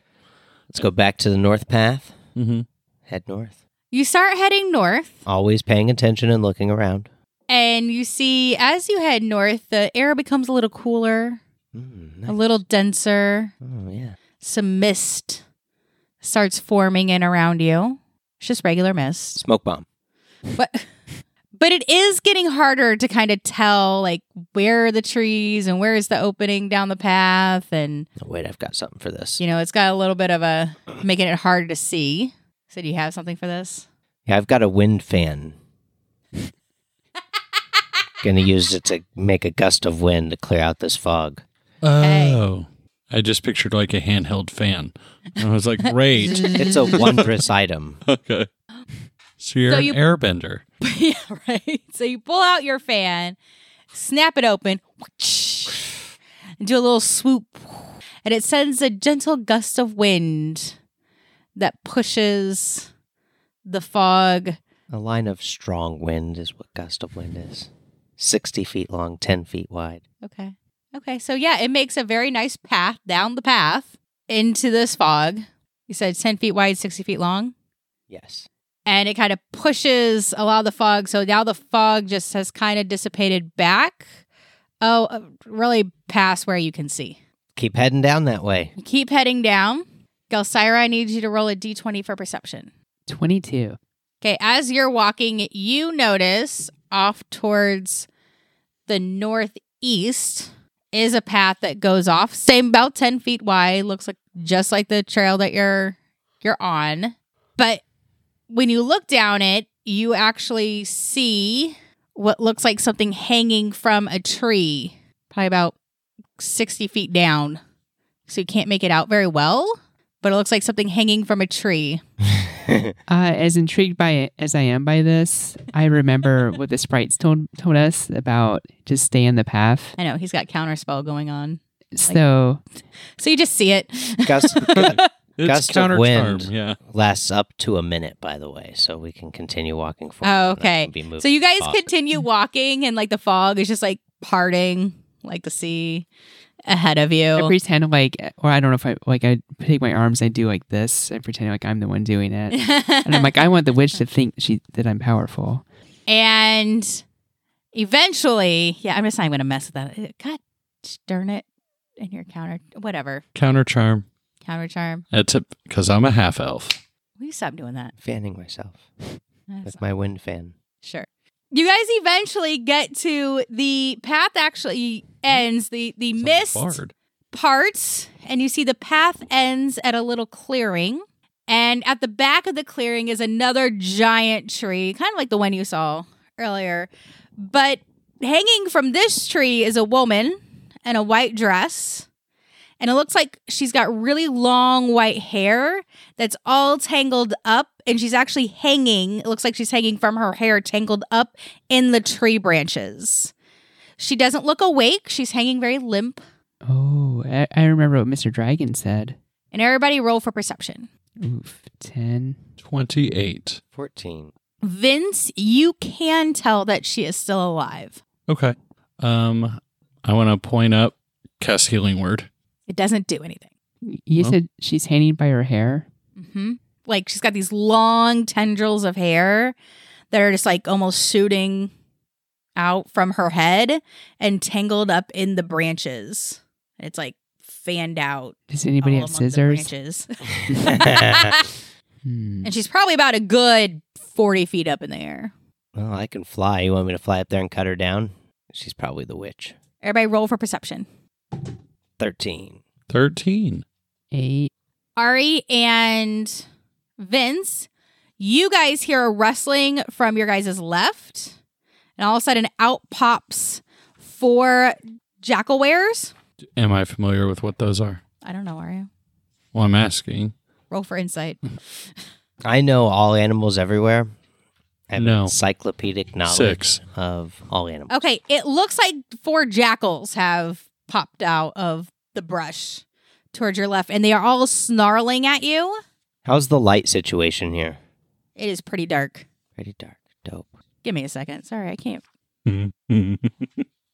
[SPEAKER 2] Let's go back to the north path.
[SPEAKER 5] Mm-hmm.
[SPEAKER 2] Head north.
[SPEAKER 1] You start heading north
[SPEAKER 2] Always paying attention and looking around.
[SPEAKER 1] and you see as you head north the air becomes a little cooler,
[SPEAKER 2] Mm,
[SPEAKER 1] a
[SPEAKER 2] nice.
[SPEAKER 1] little denser.
[SPEAKER 2] Oh yeah.
[SPEAKER 1] Some mist starts forming in around you. It's just regular mist.
[SPEAKER 2] Smoke bomb.
[SPEAKER 1] but but it is getting harder to kind of tell like where are the trees and where is the opening down the path and
[SPEAKER 2] Oh, wait, I've got something for this.
[SPEAKER 1] you know it's got a little bit of a making it harder to see so do you have something for this
[SPEAKER 2] Yeah, I've got a wind fan. Gonna use it to make a gust of wind to clear out this fog.
[SPEAKER 5] Oh. I just pictured like a handheld fan. And I was like, great.
[SPEAKER 2] It's a wondrous item.
[SPEAKER 5] okay. So you're
[SPEAKER 1] So
[SPEAKER 5] an
[SPEAKER 1] you-
[SPEAKER 5] airbender.
[SPEAKER 1] yeah right so you pull out your fan snap it open and do a little swoop and it sends a gentle gust of wind that pushes the fog
[SPEAKER 2] A line of strong wind is what gust of wind is. 60 feet long, 10 feet wide.
[SPEAKER 1] Okay. Okay. So yeah, it makes a very nice path down the path into this fog. You said ten feet wide, sixty feet long,
[SPEAKER 2] Yes.
[SPEAKER 1] and it kind of pushes a lot of the fog. So now the fog just has kind of dissipated back. Oh, uh, really past where you can see.
[SPEAKER 2] Keep heading down that way.
[SPEAKER 1] You keep heading down, Gelsira, I need you to roll a d20 for perception.
[SPEAKER 3] 22.
[SPEAKER 1] Okay, as you're walking, you notice off towards the northeast is a path that goes off, same about 10 feet wide, looks like just like the trail that you're you're on. But when you look down it, you actually see what looks like something hanging from a tree, probably about 60 feet down. So you can't make it out very well, but it looks like something hanging from a tree.
[SPEAKER 3] Uh, as intrigued by it as I am by this, I remember what the sprites told told us about just stay in the path.
[SPEAKER 1] I know he's got counter spell going on.
[SPEAKER 3] So
[SPEAKER 1] So you just see it.
[SPEAKER 2] Gust,
[SPEAKER 5] It's
[SPEAKER 2] Gust of
[SPEAKER 5] counter
[SPEAKER 2] wind.
[SPEAKER 5] charm, Yeah.
[SPEAKER 2] lasts up to a minute, by the way, so we can continue walking forward.
[SPEAKER 1] Oh,
[SPEAKER 2] and I
[SPEAKER 1] okay.
[SPEAKER 2] can Be moving
[SPEAKER 1] so you guys
[SPEAKER 2] the fuck.
[SPEAKER 1] continue walking and like the fog is just like parting like the sea ahead of
[SPEAKER 3] I
[SPEAKER 1] you.
[SPEAKER 3] pretend like, or I don't know if I like I take my arms, I do like this, and pretend like I'm the one doing it, and I'm like I want the witch to think she that I'm powerful.
[SPEAKER 1] And eventually, yeah, I'm just not even gonna mess with that. Uh, God darn it. In your counter whatever.
[SPEAKER 5] Counter charm.
[SPEAKER 1] Counter charm.
[SPEAKER 5] That's it. Because I'm a half elf.
[SPEAKER 1] Will you stop doing that?
[SPEAKER 2] fanning myself
[SPEAKER 1] That's-
[SPEAKER 2] with my wind fan.
[SPEAKER 1] Sure. You guys eventually get to the path actually ends, the the
[SPEAKER 5] Sounds
[SPEAKER 1] mist
[SPEAKER 5] barred.
[SPEAKER 1] parts and you see the path ends at a little clearing and at the back of the clearing is another giant tree kind of like the one you saw earlier but hanging from this tree is a woman in a white dress and it looks like she's got really long white hair that's all tangled up and she's actually hanging it looks like she's hanging from her hair tangled up in the tree branches she doesn't look awake she's hanging very limp
[SPEAKER 3] Oh, I, I remember what Mister Dragon said.
[SPEAKER 1] and everybody roll for perception.
[SPEAKER 3] Oof, ten.
[SPEAKER 5] 28.
[SPEAKER 2] 14.
[SPEAKER 1] Vince, you can tell that she is still alive.
[SPEAKER 5] Okay. Um, I want to point up cast healing word.
[SPEAKER 1] It doesn't do anything.
[SPEAKER 3] You
[SPEAKER 5] Well.
[SPEAKER 3] said she's hanging by her hair.
[SPEAKER 1] hmm Like she's got these long tendrils of hair that are just like almost shooting out from her head and tangled up in the branches. It's like fanned out.
[SPEAKER 3] Does anybody
[SPEAKER 1] all
[SPEAKER 3] have
[SPEAKER 1] among The branches.
[SPEAKER 3] scissors?
[SPEAKER 2] well,
[SPEAKER 3] Hmm.
[SPEAKER 1] and she's probably about a good 40 feet up in the air.
[SPEAKER 2] I can fly. You want me to fly up there and cut her down? She's probably the witch.
[SPEAKER 1] Everybody roll for perception.
[SPEAKER 2] 13.
[SPEAKER 5] 13.
[SPEAKER 3] Eight.
[SPEAKER 1] Ari and Vince, you guys hear a rustling from your guys' left, and all of a sudden out pops four jackalwares.
[SPEAKER 5] Am I familiar with what those are?
[SPEAKER 1] I don't know, are you?
[SPEAKER 5] Well, I'm asking.
[SPEAKER 1] Roll for insight.
[SPEAKER 2] I know all animals everywhere. I have
[SPEAKER 5] No.
[SPEAKER 2] encyclopedic knowledge
[SPEAKER 5] Six.
[SPEAKER 2] of all animals.
[SPEAKER 1] Okay, it looks like four jackals have popped out of the brush towards your left, and they are all snarling at you.
[SPEAKER 2] How's the light situation here?
[SPEAKER 1] It is pretty dark.
[SPEAKER 2] Pretty dark. Dope.
[SPEAKER 1] Give me a second. Sorry, I can't.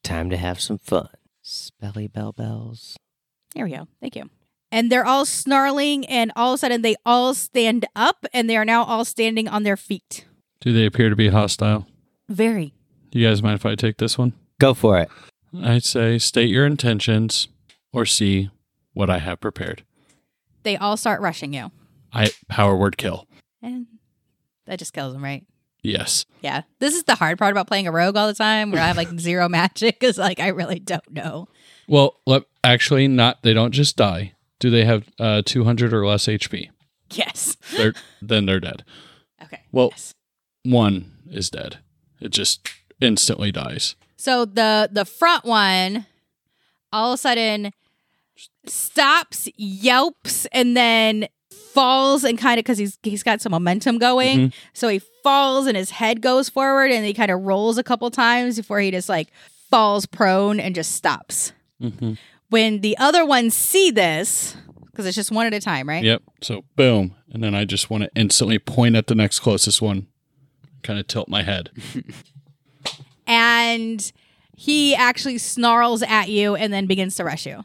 [SPEAKER 2] Time to have some fun. Spelly bell bells.
[SPEAKER 1] There we go. Thank you. And they're all snarling, and all of a sudden they all stand up, and they are now all standing on their feet.
[SPEAKER 5] Do they appear to be hostile?
[SPEAKER 1] Very.
[SPEAKER 5] Do you guys mind if I take this one?
[SPEAKER 2] Go for it.
[SPEAKER 5] I say state your intentions or see what I have prepared.
[SPEAKER 1] They all start rushing you,
[SPEAKER 5] I power word kill.
[SPEAKER 1] and that just kills them, right?
[SPEAKER 5] Yes.
[SPEAKER 1] Yeah. This is the hard part about playing a rogue all the time, where I have like zero magic, because like I really don't know.
[SPEAKER 5] Well, let, actually, not. They don't just die. Do they have uh, 200 or less HP?
[SPEAKER 1] Yes.
[SPEAKER 5] They're, then they're dead.
[SPEAKER 1] Okay.
[SPEAKER 5] Well-
[SPEAKER 1] yes.
[SPEAKER 5] One is dead. It just instantly dies.
[SPEAKER 1] so the the front one, all of a sudden, stops, yelps, and then falls and kind of because he's he's got some momentum going.
[SPEAKER 5] Mhm.
[SPEAKER 1] So he falls and his head goes forward and he kind of rolls a couple times before he just like falls prone and just stops.
[SPEAKER 5] Mhm.
[SPEAKER 1] When the other ones see this, because it's just one at a time, right?
[SPEAKER 5] Yep. So boom, and then I just want to instantly point at the next closest one, kind of tilt my head.
[SPEAKER 1] And he actually snarls at you and then begins to rush you.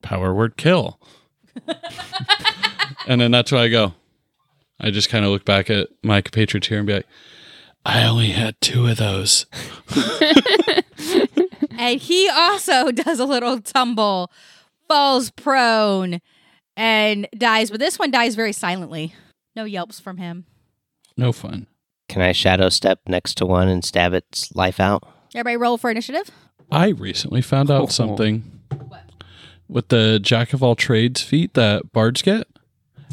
[SPEAKER 5] Power word kill. and then that's where I go. I just kind of look back at my compatriot here and be like, I only had two of those.
[SPEAKER 1] And he also does a little tumble, falls prone, and dies, but this one dies very silently. No yelps from him.
[SPEAKER 5] No fun.
[SPEAKER 2] Can I shadow step next to one and stab its life out?
[SPEAKER 1] Everybody roll for initiative.
[SPEAKER 5] I recently found out
[SPEAKER 3] Oh.
[SPEAKER 5] something with the jack of all trades feat that bards get.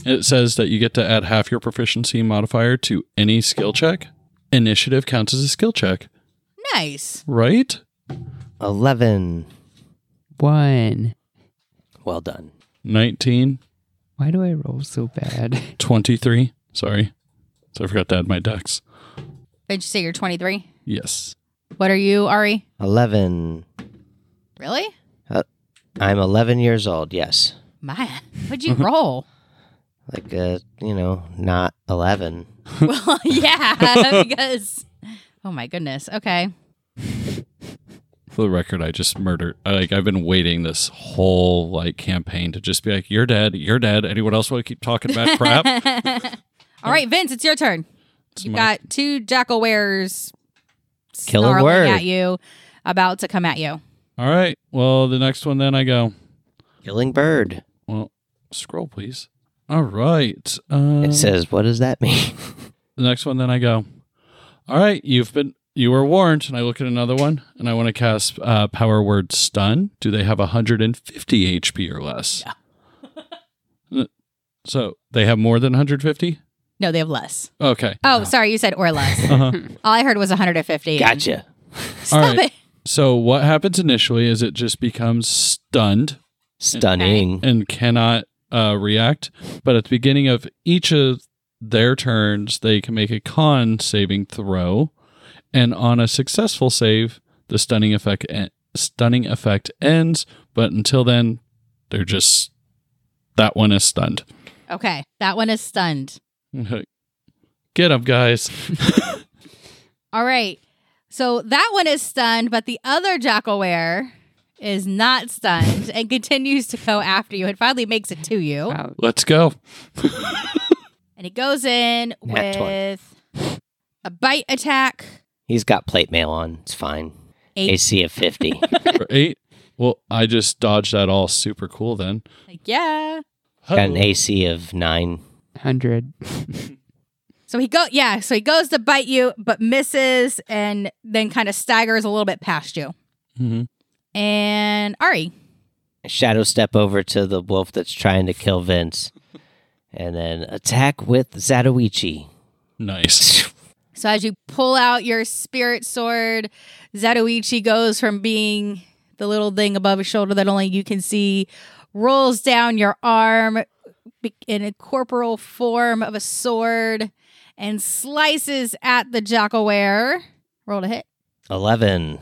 [SPEAKER 5] It says that you get to add half your proficiency modifier to any skill check. Initiative counts as a skill check,
[SPEAKER 1] Nice.
[SPEAKER 5] right?
[SPEAKER 2] 11.
[SPEAKER 3] One.
[SPEAKER 2] Well done.
[SPEAKER 5] 19,
[SPEAKER 3] Why do I roll so bad?
[SPEAKER 5] 23. Sorry. So I forgot to add my dex.
[SPEAKER 1] Did you say you're 23?
[SPEAKER 5] Yes.
[SPEAKER 1] What are you, Ari?
[SPEAKER 2] 11.
[SPEAKER 1] Really?
[SPEAKER 2] I'm 11 years old, yes.
[SPEAKER 1] Man, what'd you roll?
[SPEAKER 2] Like, uh, you know, not 11.
[SPEAKER 1] well, yeah, because oh my goodness. Okay,
[SPEAKER 5] For the record, I just murdered. Like I've been waiting this whole like campaign to just be like, "You're dead. You're dead." Anyone else want to keep talking about crap?
[SPEAKER 1] all right, Vince, it's your turn.
[SPEAKER 5] It's
[SPEAKER 1] You
[SPEAKER 5] my-
[SPEAKER 1] got two jackal wares
[SPEAKER 2] Killer
[SPEAKER 1] snarling
[SPEAKER 2] word.
[SPEAKER 1] at you, about to come at you.
[SPEAKER 5] All right. Well, the next one, then I go.
[SPEAKER 2] Killing bird.
[SPEAKER 5] Well, scroll, please. All right. Um,
[SPEAKER 2] It says, what does that mean?
[SPEAKER 5] the next one, then I go. All right. You've been. You were warned. And I look at another one, and I want to cast uh, power word stun. Do they have 150 HP or less? Yeah. so they have more than 150.
[SPEAKER 1] No, they have less.
[SPEAKER 5] Okay.
[SPEAKER 1] Oh, sorry, you said or less.
[SPEAKER 5] Uh-huh.
[SPEAKER 1] All I heard was 150.
[SPEAKER 2] gotcha.
[SPEAKER 1] Stop
[SPEAKER 5] right.
[SPEAKER 1] it.
[SPEAKER 5] So what happens initially is it just becomes stunned
[SPEAKER 2] Stunning.
[SPEAKER 5] and cannot uh, react. But at the beginning of each of their turns, they can make a con saving throw, and on a successful save, the stunning effect e- stunning effect ends. But until then, they're just that one is stunned.
[SPEAKER 1] Okay, that one is stunned.
[SPEAKER 5] Get up, guys!
[SPEAKER 1] All right. So that one is stunned, but the other jackalware is not stunned and continues to go after you and finally makes it to you.
[SPEAKER 3] Wow.
[SPEAKER 5] Let's go.
[SPEAKER 1] And it goes in
[SPEAKER 2] Nat 20.
[SPEAKER 1] with a bite attack.
[SPEAKER 2] He's got plate mail on. It's fine.
[SPEAKER 1] Eight.
[SPEAKER 2] AC of 50.
[SPEAKER 5] For eight. Well, I just dodged that all super cool then.
[SPEAKER 1] Like, yeah.
[SPEAKER 2] got an AC of 9.
[SPEAKER 3] 100.
[SPEAKER 1] So he go yeah, so he goes to bite you but misses and then kind of staggers a little bit past you.
[SPEAKER 5] Mhm.
[SPEAKER 1] And Ari,
[SPEAKER 2] shadow step over to the wolf that's trying to kill Vince, and then attack with Zatoichi.
[SPEAKER 5] Nice.
[SPEAKER 1] So as you pull out your spirit sword, Zatoichi goes from being the little thing above his shoulder that only you can see, rolls down your arm be- in a corporal form of a sword, and slices at the jackalware. Roll to hit
[SPEAKER 2] Eleven.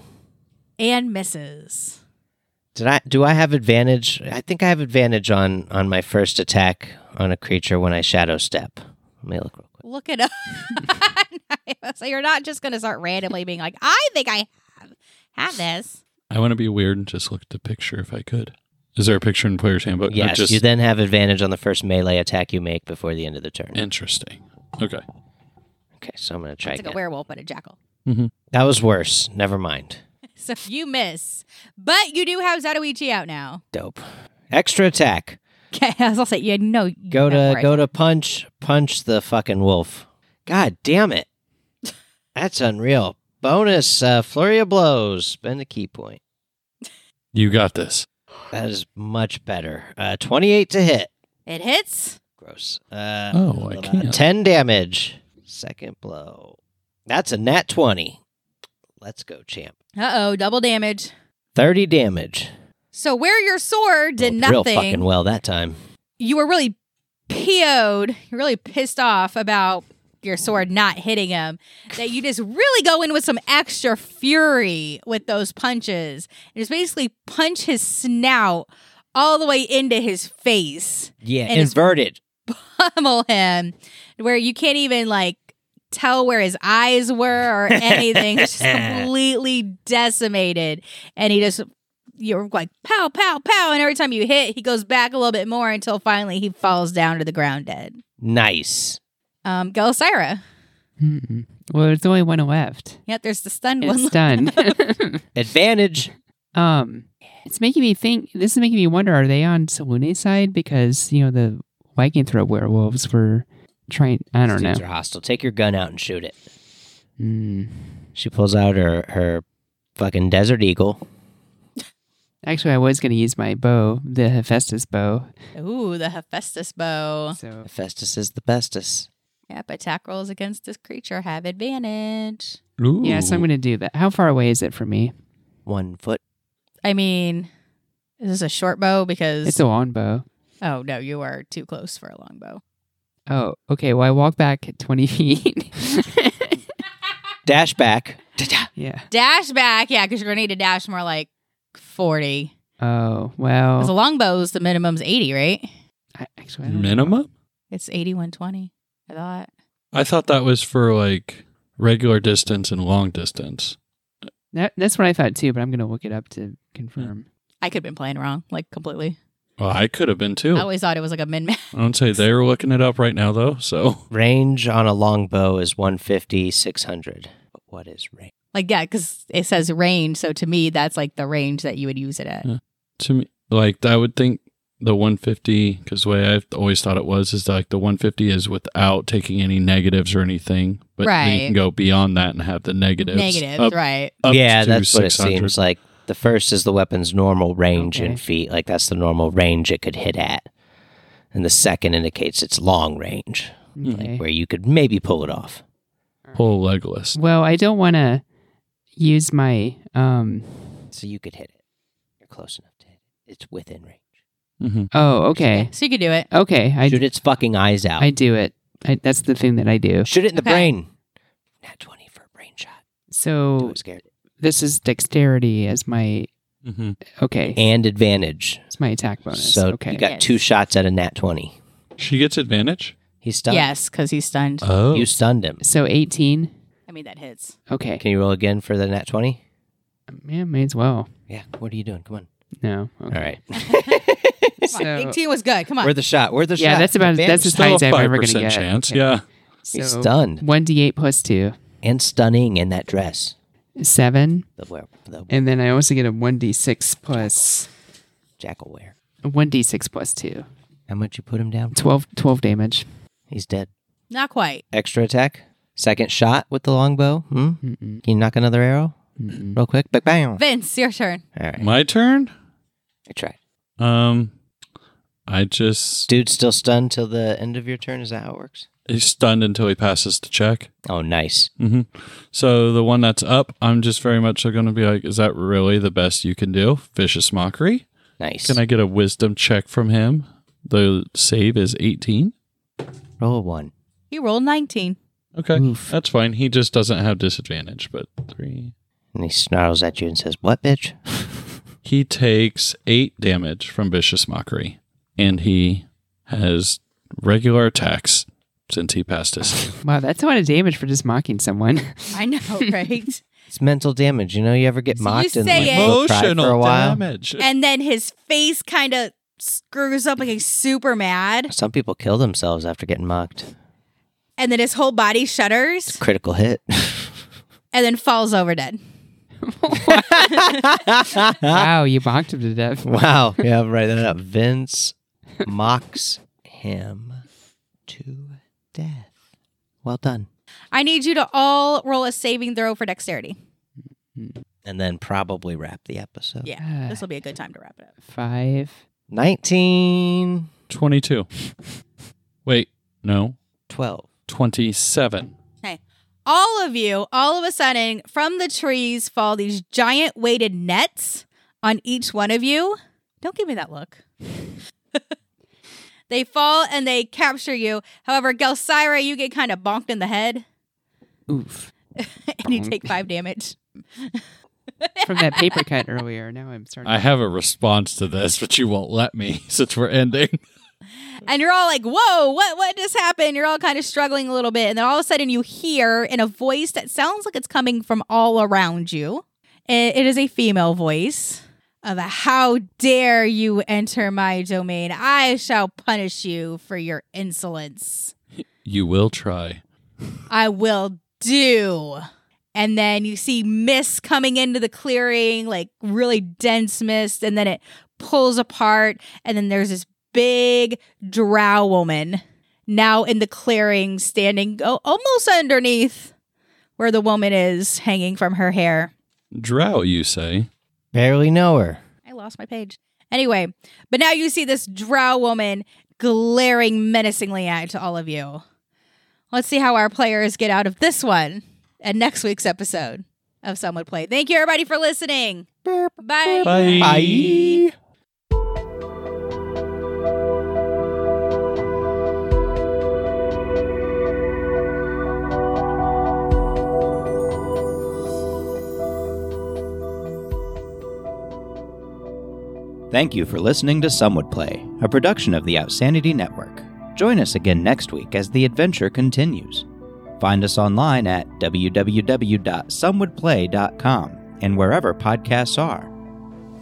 [SPEAKER 1] and misses.
[SPEAKER 2] Did I do I have advantage? I think I have advantage on on my first attack on a creature when I shadow step. Let me look real quick.
[SPEAKER 1] Look it up. so you're not just going to start randomly being like, I think I have, have this.
[SPEAKER 5] I want to be weird and just look at the picture if I could. Is there a picture in Player's Handbook? Or
[SPEAKER 2] Yes,
[SPEAKER 5] just
[SPEAKER 2] you then have advantage on the first melee attack you make before the end of the turn.
[SPEAKER 5] interesting. Okay.
[SPEAKER 2] Okay, so I'm gonna try
[SPEAKER 1] It's like a
[SPEAKER 2] again.
[SPEAKER 1] werewolf, but a jackal.
[SPEAKER 2] That was worse. Never mind.
[SPEAKER 1] So you miss, but you do have Zatoichi out now.
[SPEAKER 2] Dope. Extra attack.
[SPEAKER 1] Okay, I was gonna say you know. You
[SPEAKER 2] Go
[SPEAKER 1] know,
[SPEAKER 2] to
[SPEAKER 1] right?
[SPEAKER 2] go to punch punch the fucking wolf. God damn it. That's unreal. Bonus uh, flurry of blows. Spend a key point.
[SPEAKER 5] You got this.
[SPEAKER 2] That is much better. Uh, Twenty eight to hit.
[SPEAKER 1] It hits.
[SPEAKER 2] Gross. Uh,
[SPEAKER 5] Oh, I
[SPEAKER 2] uh,
[SPEAKER 5] can't.
[SPEAKER 2] Ten damage. Second blow. That's a nat twenty. Let's go, champ.
[SPEAKER 1] Uh oh, double damage.
[SPEAKER 2] Thirty damage.
[SPEAKER 1] So where your sword did
[SPEAKER 2] Rolled Oh, Real
[SPEAKER 1] nothing,
[SPEAKER 2] fucking well that time.
[SPEAKER 1] you were really PO'd. You're really pissed off about your sword not hitting him. That you just really go in with some extra fury with those punches and just basically punch his snout all the way into his face.
[SPEAKER 2] Yeah,
[SPEAKER 1] And it's-
[SPEAKER 2] inverted.
[SPEAKER 1] pummel him where you can't even like tell where his eyes were or anything. It's just completely decimated. And he just you're like pow, pow, pow. And every time you hit, he goes back a little bit more until finally he falls down to the ground dead.
[SPEAKER 2] Nice.
[SPEAKER 1] Um, Gelsira.
[SPEAKER 3] Mm-mm. Well, there's only one left.
[SPEAKER 1] Yep, there's the stunned
[SPEAKER 3] It's
[SPEAKER 1] one.
[SPEAKER 3] done.
[SPEAKER 2] Advantage.
[SPEAKER 3] um, It's making me think. This is making me wonder: Are they on Salune's side because you know the lycanthrope werewolves were trying? I don't
[SPEAKER 2] These
[SPEAKER 3] know.
[SPEAKER 2] dudes are hostile. Take your gun out and shoot it.
[SPEAKER 3] Mm.
[SPEAKER 2] She pulls out her her fucking desert eagle.
[SPEAKER 3] Actually, I was going to use my bow, the Hephaestus bow.
[SPEAKER 1] Ooh, the Hephaestus bow.
[SPEAKER 3] So
[SPEAKER 2] Festus is the bestest.
[SPEAKER 1] Yep, attack rolls against this creature have advantage.
[SPEAKER 5] Ooh.
[SPEAKER 3] yeah, so I'm going to do that. How far away is it from me?
[SPEAKER 2] One foot.
[SPEAKER 1] I mean, is this a short bow? Because
[SPEAKER 3] It's a long bow.
[SPEAKER 1] oh no, you are too close for a long bow.
[SPEAKER 3] Oh, okay. Well, I walk back 20 feet.
[SPEAKER 2] Dash back. Ta-ta.
[SPEAKER 3] yeah.
[SPEAKER 1] Dash back, yeah, because you're gonna need to dash more like forty.
[SPEAKER 3] Oh
[SPEAKER 1] Because a
[SPEAKER 3] well.
[SPEAKER 1] long bow is the minimum's eighty, right?
[SPEAKER 3] I, actually, I don't know.
[SPEAKER 5] minimum.
[SPEAKER 1] It's eighty-one twenty. I thought.
[SPEAKER 5] I thought that was for like regular distance and long distance.
[SPEAKER 3] That, that's what I thought too, but I'm going to look it up
[SPEAKER 2] Hmm.
[SPEAKER 3] to confirm.
[SPEAKER 1] I could have been playing wrong, like completely.
[SPEAKER 5] Well, I could have been too.
[SPEAKER 1] I
[SPEAKER 5] I
[SPEAKER 1] always thought it was like a min max.
[SPEAKER 5] don't say they were looking it up right now though. So
[SPEAKER 2] Range on a longbow is 150, 600. But what is range?
[SPEAKER 1] Like, yeah, because it says range. So to me, that's like the range that you would use it at.
[SPEAKER 5] Yeah. to me, like I would think the 150 because the way I've always thought it was is like the 150 is without taking any negatives or anything, but then
[SPEAKER 1] Right.
[SPEAKER 5] you can go beyond that and have the negatives.
[SPEAKER 1] Negatives,
[SPEAKER 5] up-
[SPEAKER 1] right?
[SPEAKER 5] up
[SPEAKER 2] yeah,
[SPEAKER 5] to
[SPEAKER 2] that's what it
[SPEAKER 5] 600.
[SPEAKER 2] seems like. The first is the weapon's normal range in
[SPEAKER 3] Okay.
[SPEAKER 2] feet, like that's the normal range it could hit at. And the second indicates its long range,
[SPEAKER 3] Okay.
[SPEAKER 2] where you could maybe pull it off.
[SPEAKER 5] Pull Legolas.
[SPEAKER 3] Well, I don't want to use my um.
[SPEAKER 2] So you could hit it. You're close enough to hit it. It's within range.
[SPEAKER 5] Mhm.
[SPEAKER 3] Oh, okay,
[SPEAKER 1] So you could do it.
[SPEAKER 3] okay. I
[SPEAKER 2] Shoot its fucking eyes out.
[SPEAKER 3] I do it. I, that's the thing that I do.
[SPEAKER 2] Shoot it in the
[SPEAKER 1] Okay.
[SPEAKER 2] brain. Not 20 for a brain shot. Don't
[SPEAKER 3] So
[SPEAKER 2] get scared.
[SPEAKER 3] this is dexterity as my Mm-hmm.
[SPEAKER 5] Mhm.
[SPEAKER 3] okay.
[SPEAKER 2] And advantage.
[SPEAKER 3] It's my attack bonus.
[SPEAKER 2] So
[SPEAKER 3] okay.
[SPEAKER 2] you got
[SPEAKER 1] Yes.
[SPEAKER 2] two shots at a nat 20.
[SPEAKER 5] She gets advantage.
[SPEAKER 2] He's stunned.
[SPEAKER 1] Yes, because he's stunned.
[SPEAKER 5] Oh,
[SPEAKER 2] You stunned him.
[SPEAKER 3] so eighteen.
[SPEAKER 1] I mean, that hits.
[SPEAKER 3] Okay.
[SPEAKER 2] Can you roll again for the nat 20?
[SPEAKER 3] Yeah, may as well.
[SPEAKER 2] Yeah. What are you doing? Come on.
[SPEAKER 3] No. Okay.
[SPEAKER 2] All right.
[SPEAKER 1] Come on,
[SPEAKER 3] So-
[SPEAKER 1] 18 was good. Come on.
[SPEAKER 2] Where the shot? Where the shot?
[SPEAKER 3] Yeah, that's about that's as
[SPEAKER 5] still
[SPEAKER 3] high
[SPEAKER 5] a
[SPEAKER 3] as I'm ever gonna
[SPEAKER 5] 5%
[SPEAKER 3] get.
[SPEAKER 5] chance.
[SPEAKER 3] Okay.
[SPEAKER 5] Yeah.
[SPEAKER 2] He's
[SPEAKER 3] So
[SPEAKER 2] stunned
[SPEAKER 3] one d eight plus two,
[SPEAKER 2] and stunning in that dress.
[SPEAKER 3] seven,
[SPEAKER 2] The, were- the
[SPEAKER 3] and then I also get a one d six plus
[SPEAKER 2] jackal wear.
[SPEAKER 3] one d six plus two.
[SPEAKER 2] How much you put him down?
[SPEAKER 3] 12, 12 damage.
[SPEAKER 2] He's dead.
[SPEAKER 1] Not quite.
[SPEAKER 2] Extra attack. Second shot with the longbow. Hmm?
[SPEAKER 3] Mm-mm,
[SPEAKER 2] Can you knock another arrow
[SPEAKER 3] mm-mm.
[SPEAKER 2] real quick? Bang, bang. All
[SPEAKER 1] Vince, your turn.
[SPEAKER 2] right.
[SPEAKER 5] My turn.
[SPEAKER 2] I tried.
[SPEAKER 5] Um, I just
[SPEAKER 2] Dude's still stunned till the end of your turn. Is that how it works?
[SPEAKER 5] he's stunned until he passes the check.
[SPEAKER 2] Oh, nice.
[SPEAKER 5] hmm So the one that's up, I'm just very much going to be like, is that really the best you can do? Vicious mockery.
[SPEAKER 2] Nice.
[SPEAKER 5] Can I get a wisdom check from him? The save is 18.
[SPEAKER 2] roll a one?
[SPEAKER 1] He rolled 19.
[SPEAKER 5] Okay,
[SPEAKER 3] Oof.
[SPEAKER 5] that's fine. He just doesn't have disadvantage, but three.
[SPEAKER 2] And he snarls at you and says, What, bitch?
[SPEAKER 5] He takes eight damage from vicious mockery, and he has regular attacks since he passed his.
[SPEAKER 3] Wow, that's a lot of damage for just mocking someone.
[SPEAKER 1] I know, right?
[SPEAKER 2] It's mental damage. You know, you ever get
[SPEAKER 1] So you
[SPEAKER 2] mocked and like,
[SPEAKER 1] say it.
[SPEAKER 2] feel pride for a while?
[SPEAKER 5] damage.
[SPEAKER 1] and then his face kind of screws up like he's super mad.
[SPEAKER 2] Some people kill themselves after getting mocked.
[SPEAKER 1] And then his whole body
[SPEAKER 2] It's
[SPEAKER 1] shudders
[SPEAKER 2] a critical hit.
[SPEAKER 1] and then falls over dead.
[SPEAKER 3] wow, you mocked him to death.
[SPEAKER 2] wow. Yeah, I'm writing that up. Vince mocks him to death. Well done.
[SPEAKER 1] I need you to all roll a saving throw for dexterity.
[SPEAKER 2] And then probably wrap the episode.
[SPEAKER 1] Yeah.
[SPEAKER 3] Ah.
[SPEAKER 1] This will be a good time to wrap it up.
[SPEAKER 3] Five.
[SPEAKER 2] 19,
[SPEAKER 5] 22. Wait, no,
[SPEAKER 2] 12.
[SPEAKER 5] 27.
[SPEAKER 1] All of you, all of a sudden, from the trees fall these giant weighted nets on each one of you. Don't give me that look. they fall and they capture you. However, Gelsira, you get kind of bonked in the head
[SPEAKER 3] Oof.
[SPEAKER 1] and you take five damage.
[SPEAKER 3] From that paper cut earlier. Now I'm starting.
[SPEAKER 5] I have a response to this, but you won't let me since we're ending.
[SPEAKER 1] And you're all like, whoa, what what just happened? You're all kind of struggling a little bit. And then all of a sudden you hear in a voice that sounds like it's coming from all around you. It, it is a female voice of a how dare you enter my domain. I shall punish you for your insolence.
[SPEAKER 5] You will try.
[SPEAKER 1] I will do. And then you see mist coming into the clearing, like really dense mist. And then it pulls apart. And then there's this big drow woman now in the clearing, standing o- almost underneath where the woman is hanging from her hair.
[SPEAKER 5] Drow, you say?
[SPEAKER 2] Barely know her.
[SPEAKER 1] I lost my page. Anyway, but now you see this drow woman glaring menacingly at all of you. Let's see how our players get out of this one and next week's episode of Some Would Play. Thank you, everybody, for listening. Bye.
[SPEAKER 5] Bye.
[SPEAKER 2] Bye. Thank you for listening to Some Would Play, a production of the Outsanity Network. Join us again next week as the adventure continues. Find us online at www.somewouldplay.com and wherever podcasts are.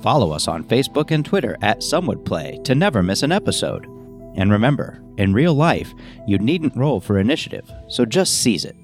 [SPEAKER 2] Follow us on Facebook and Twitter at Some Would Play to never miss an episode. And remember, in real life, you needn't roll for initiative, so just seize it.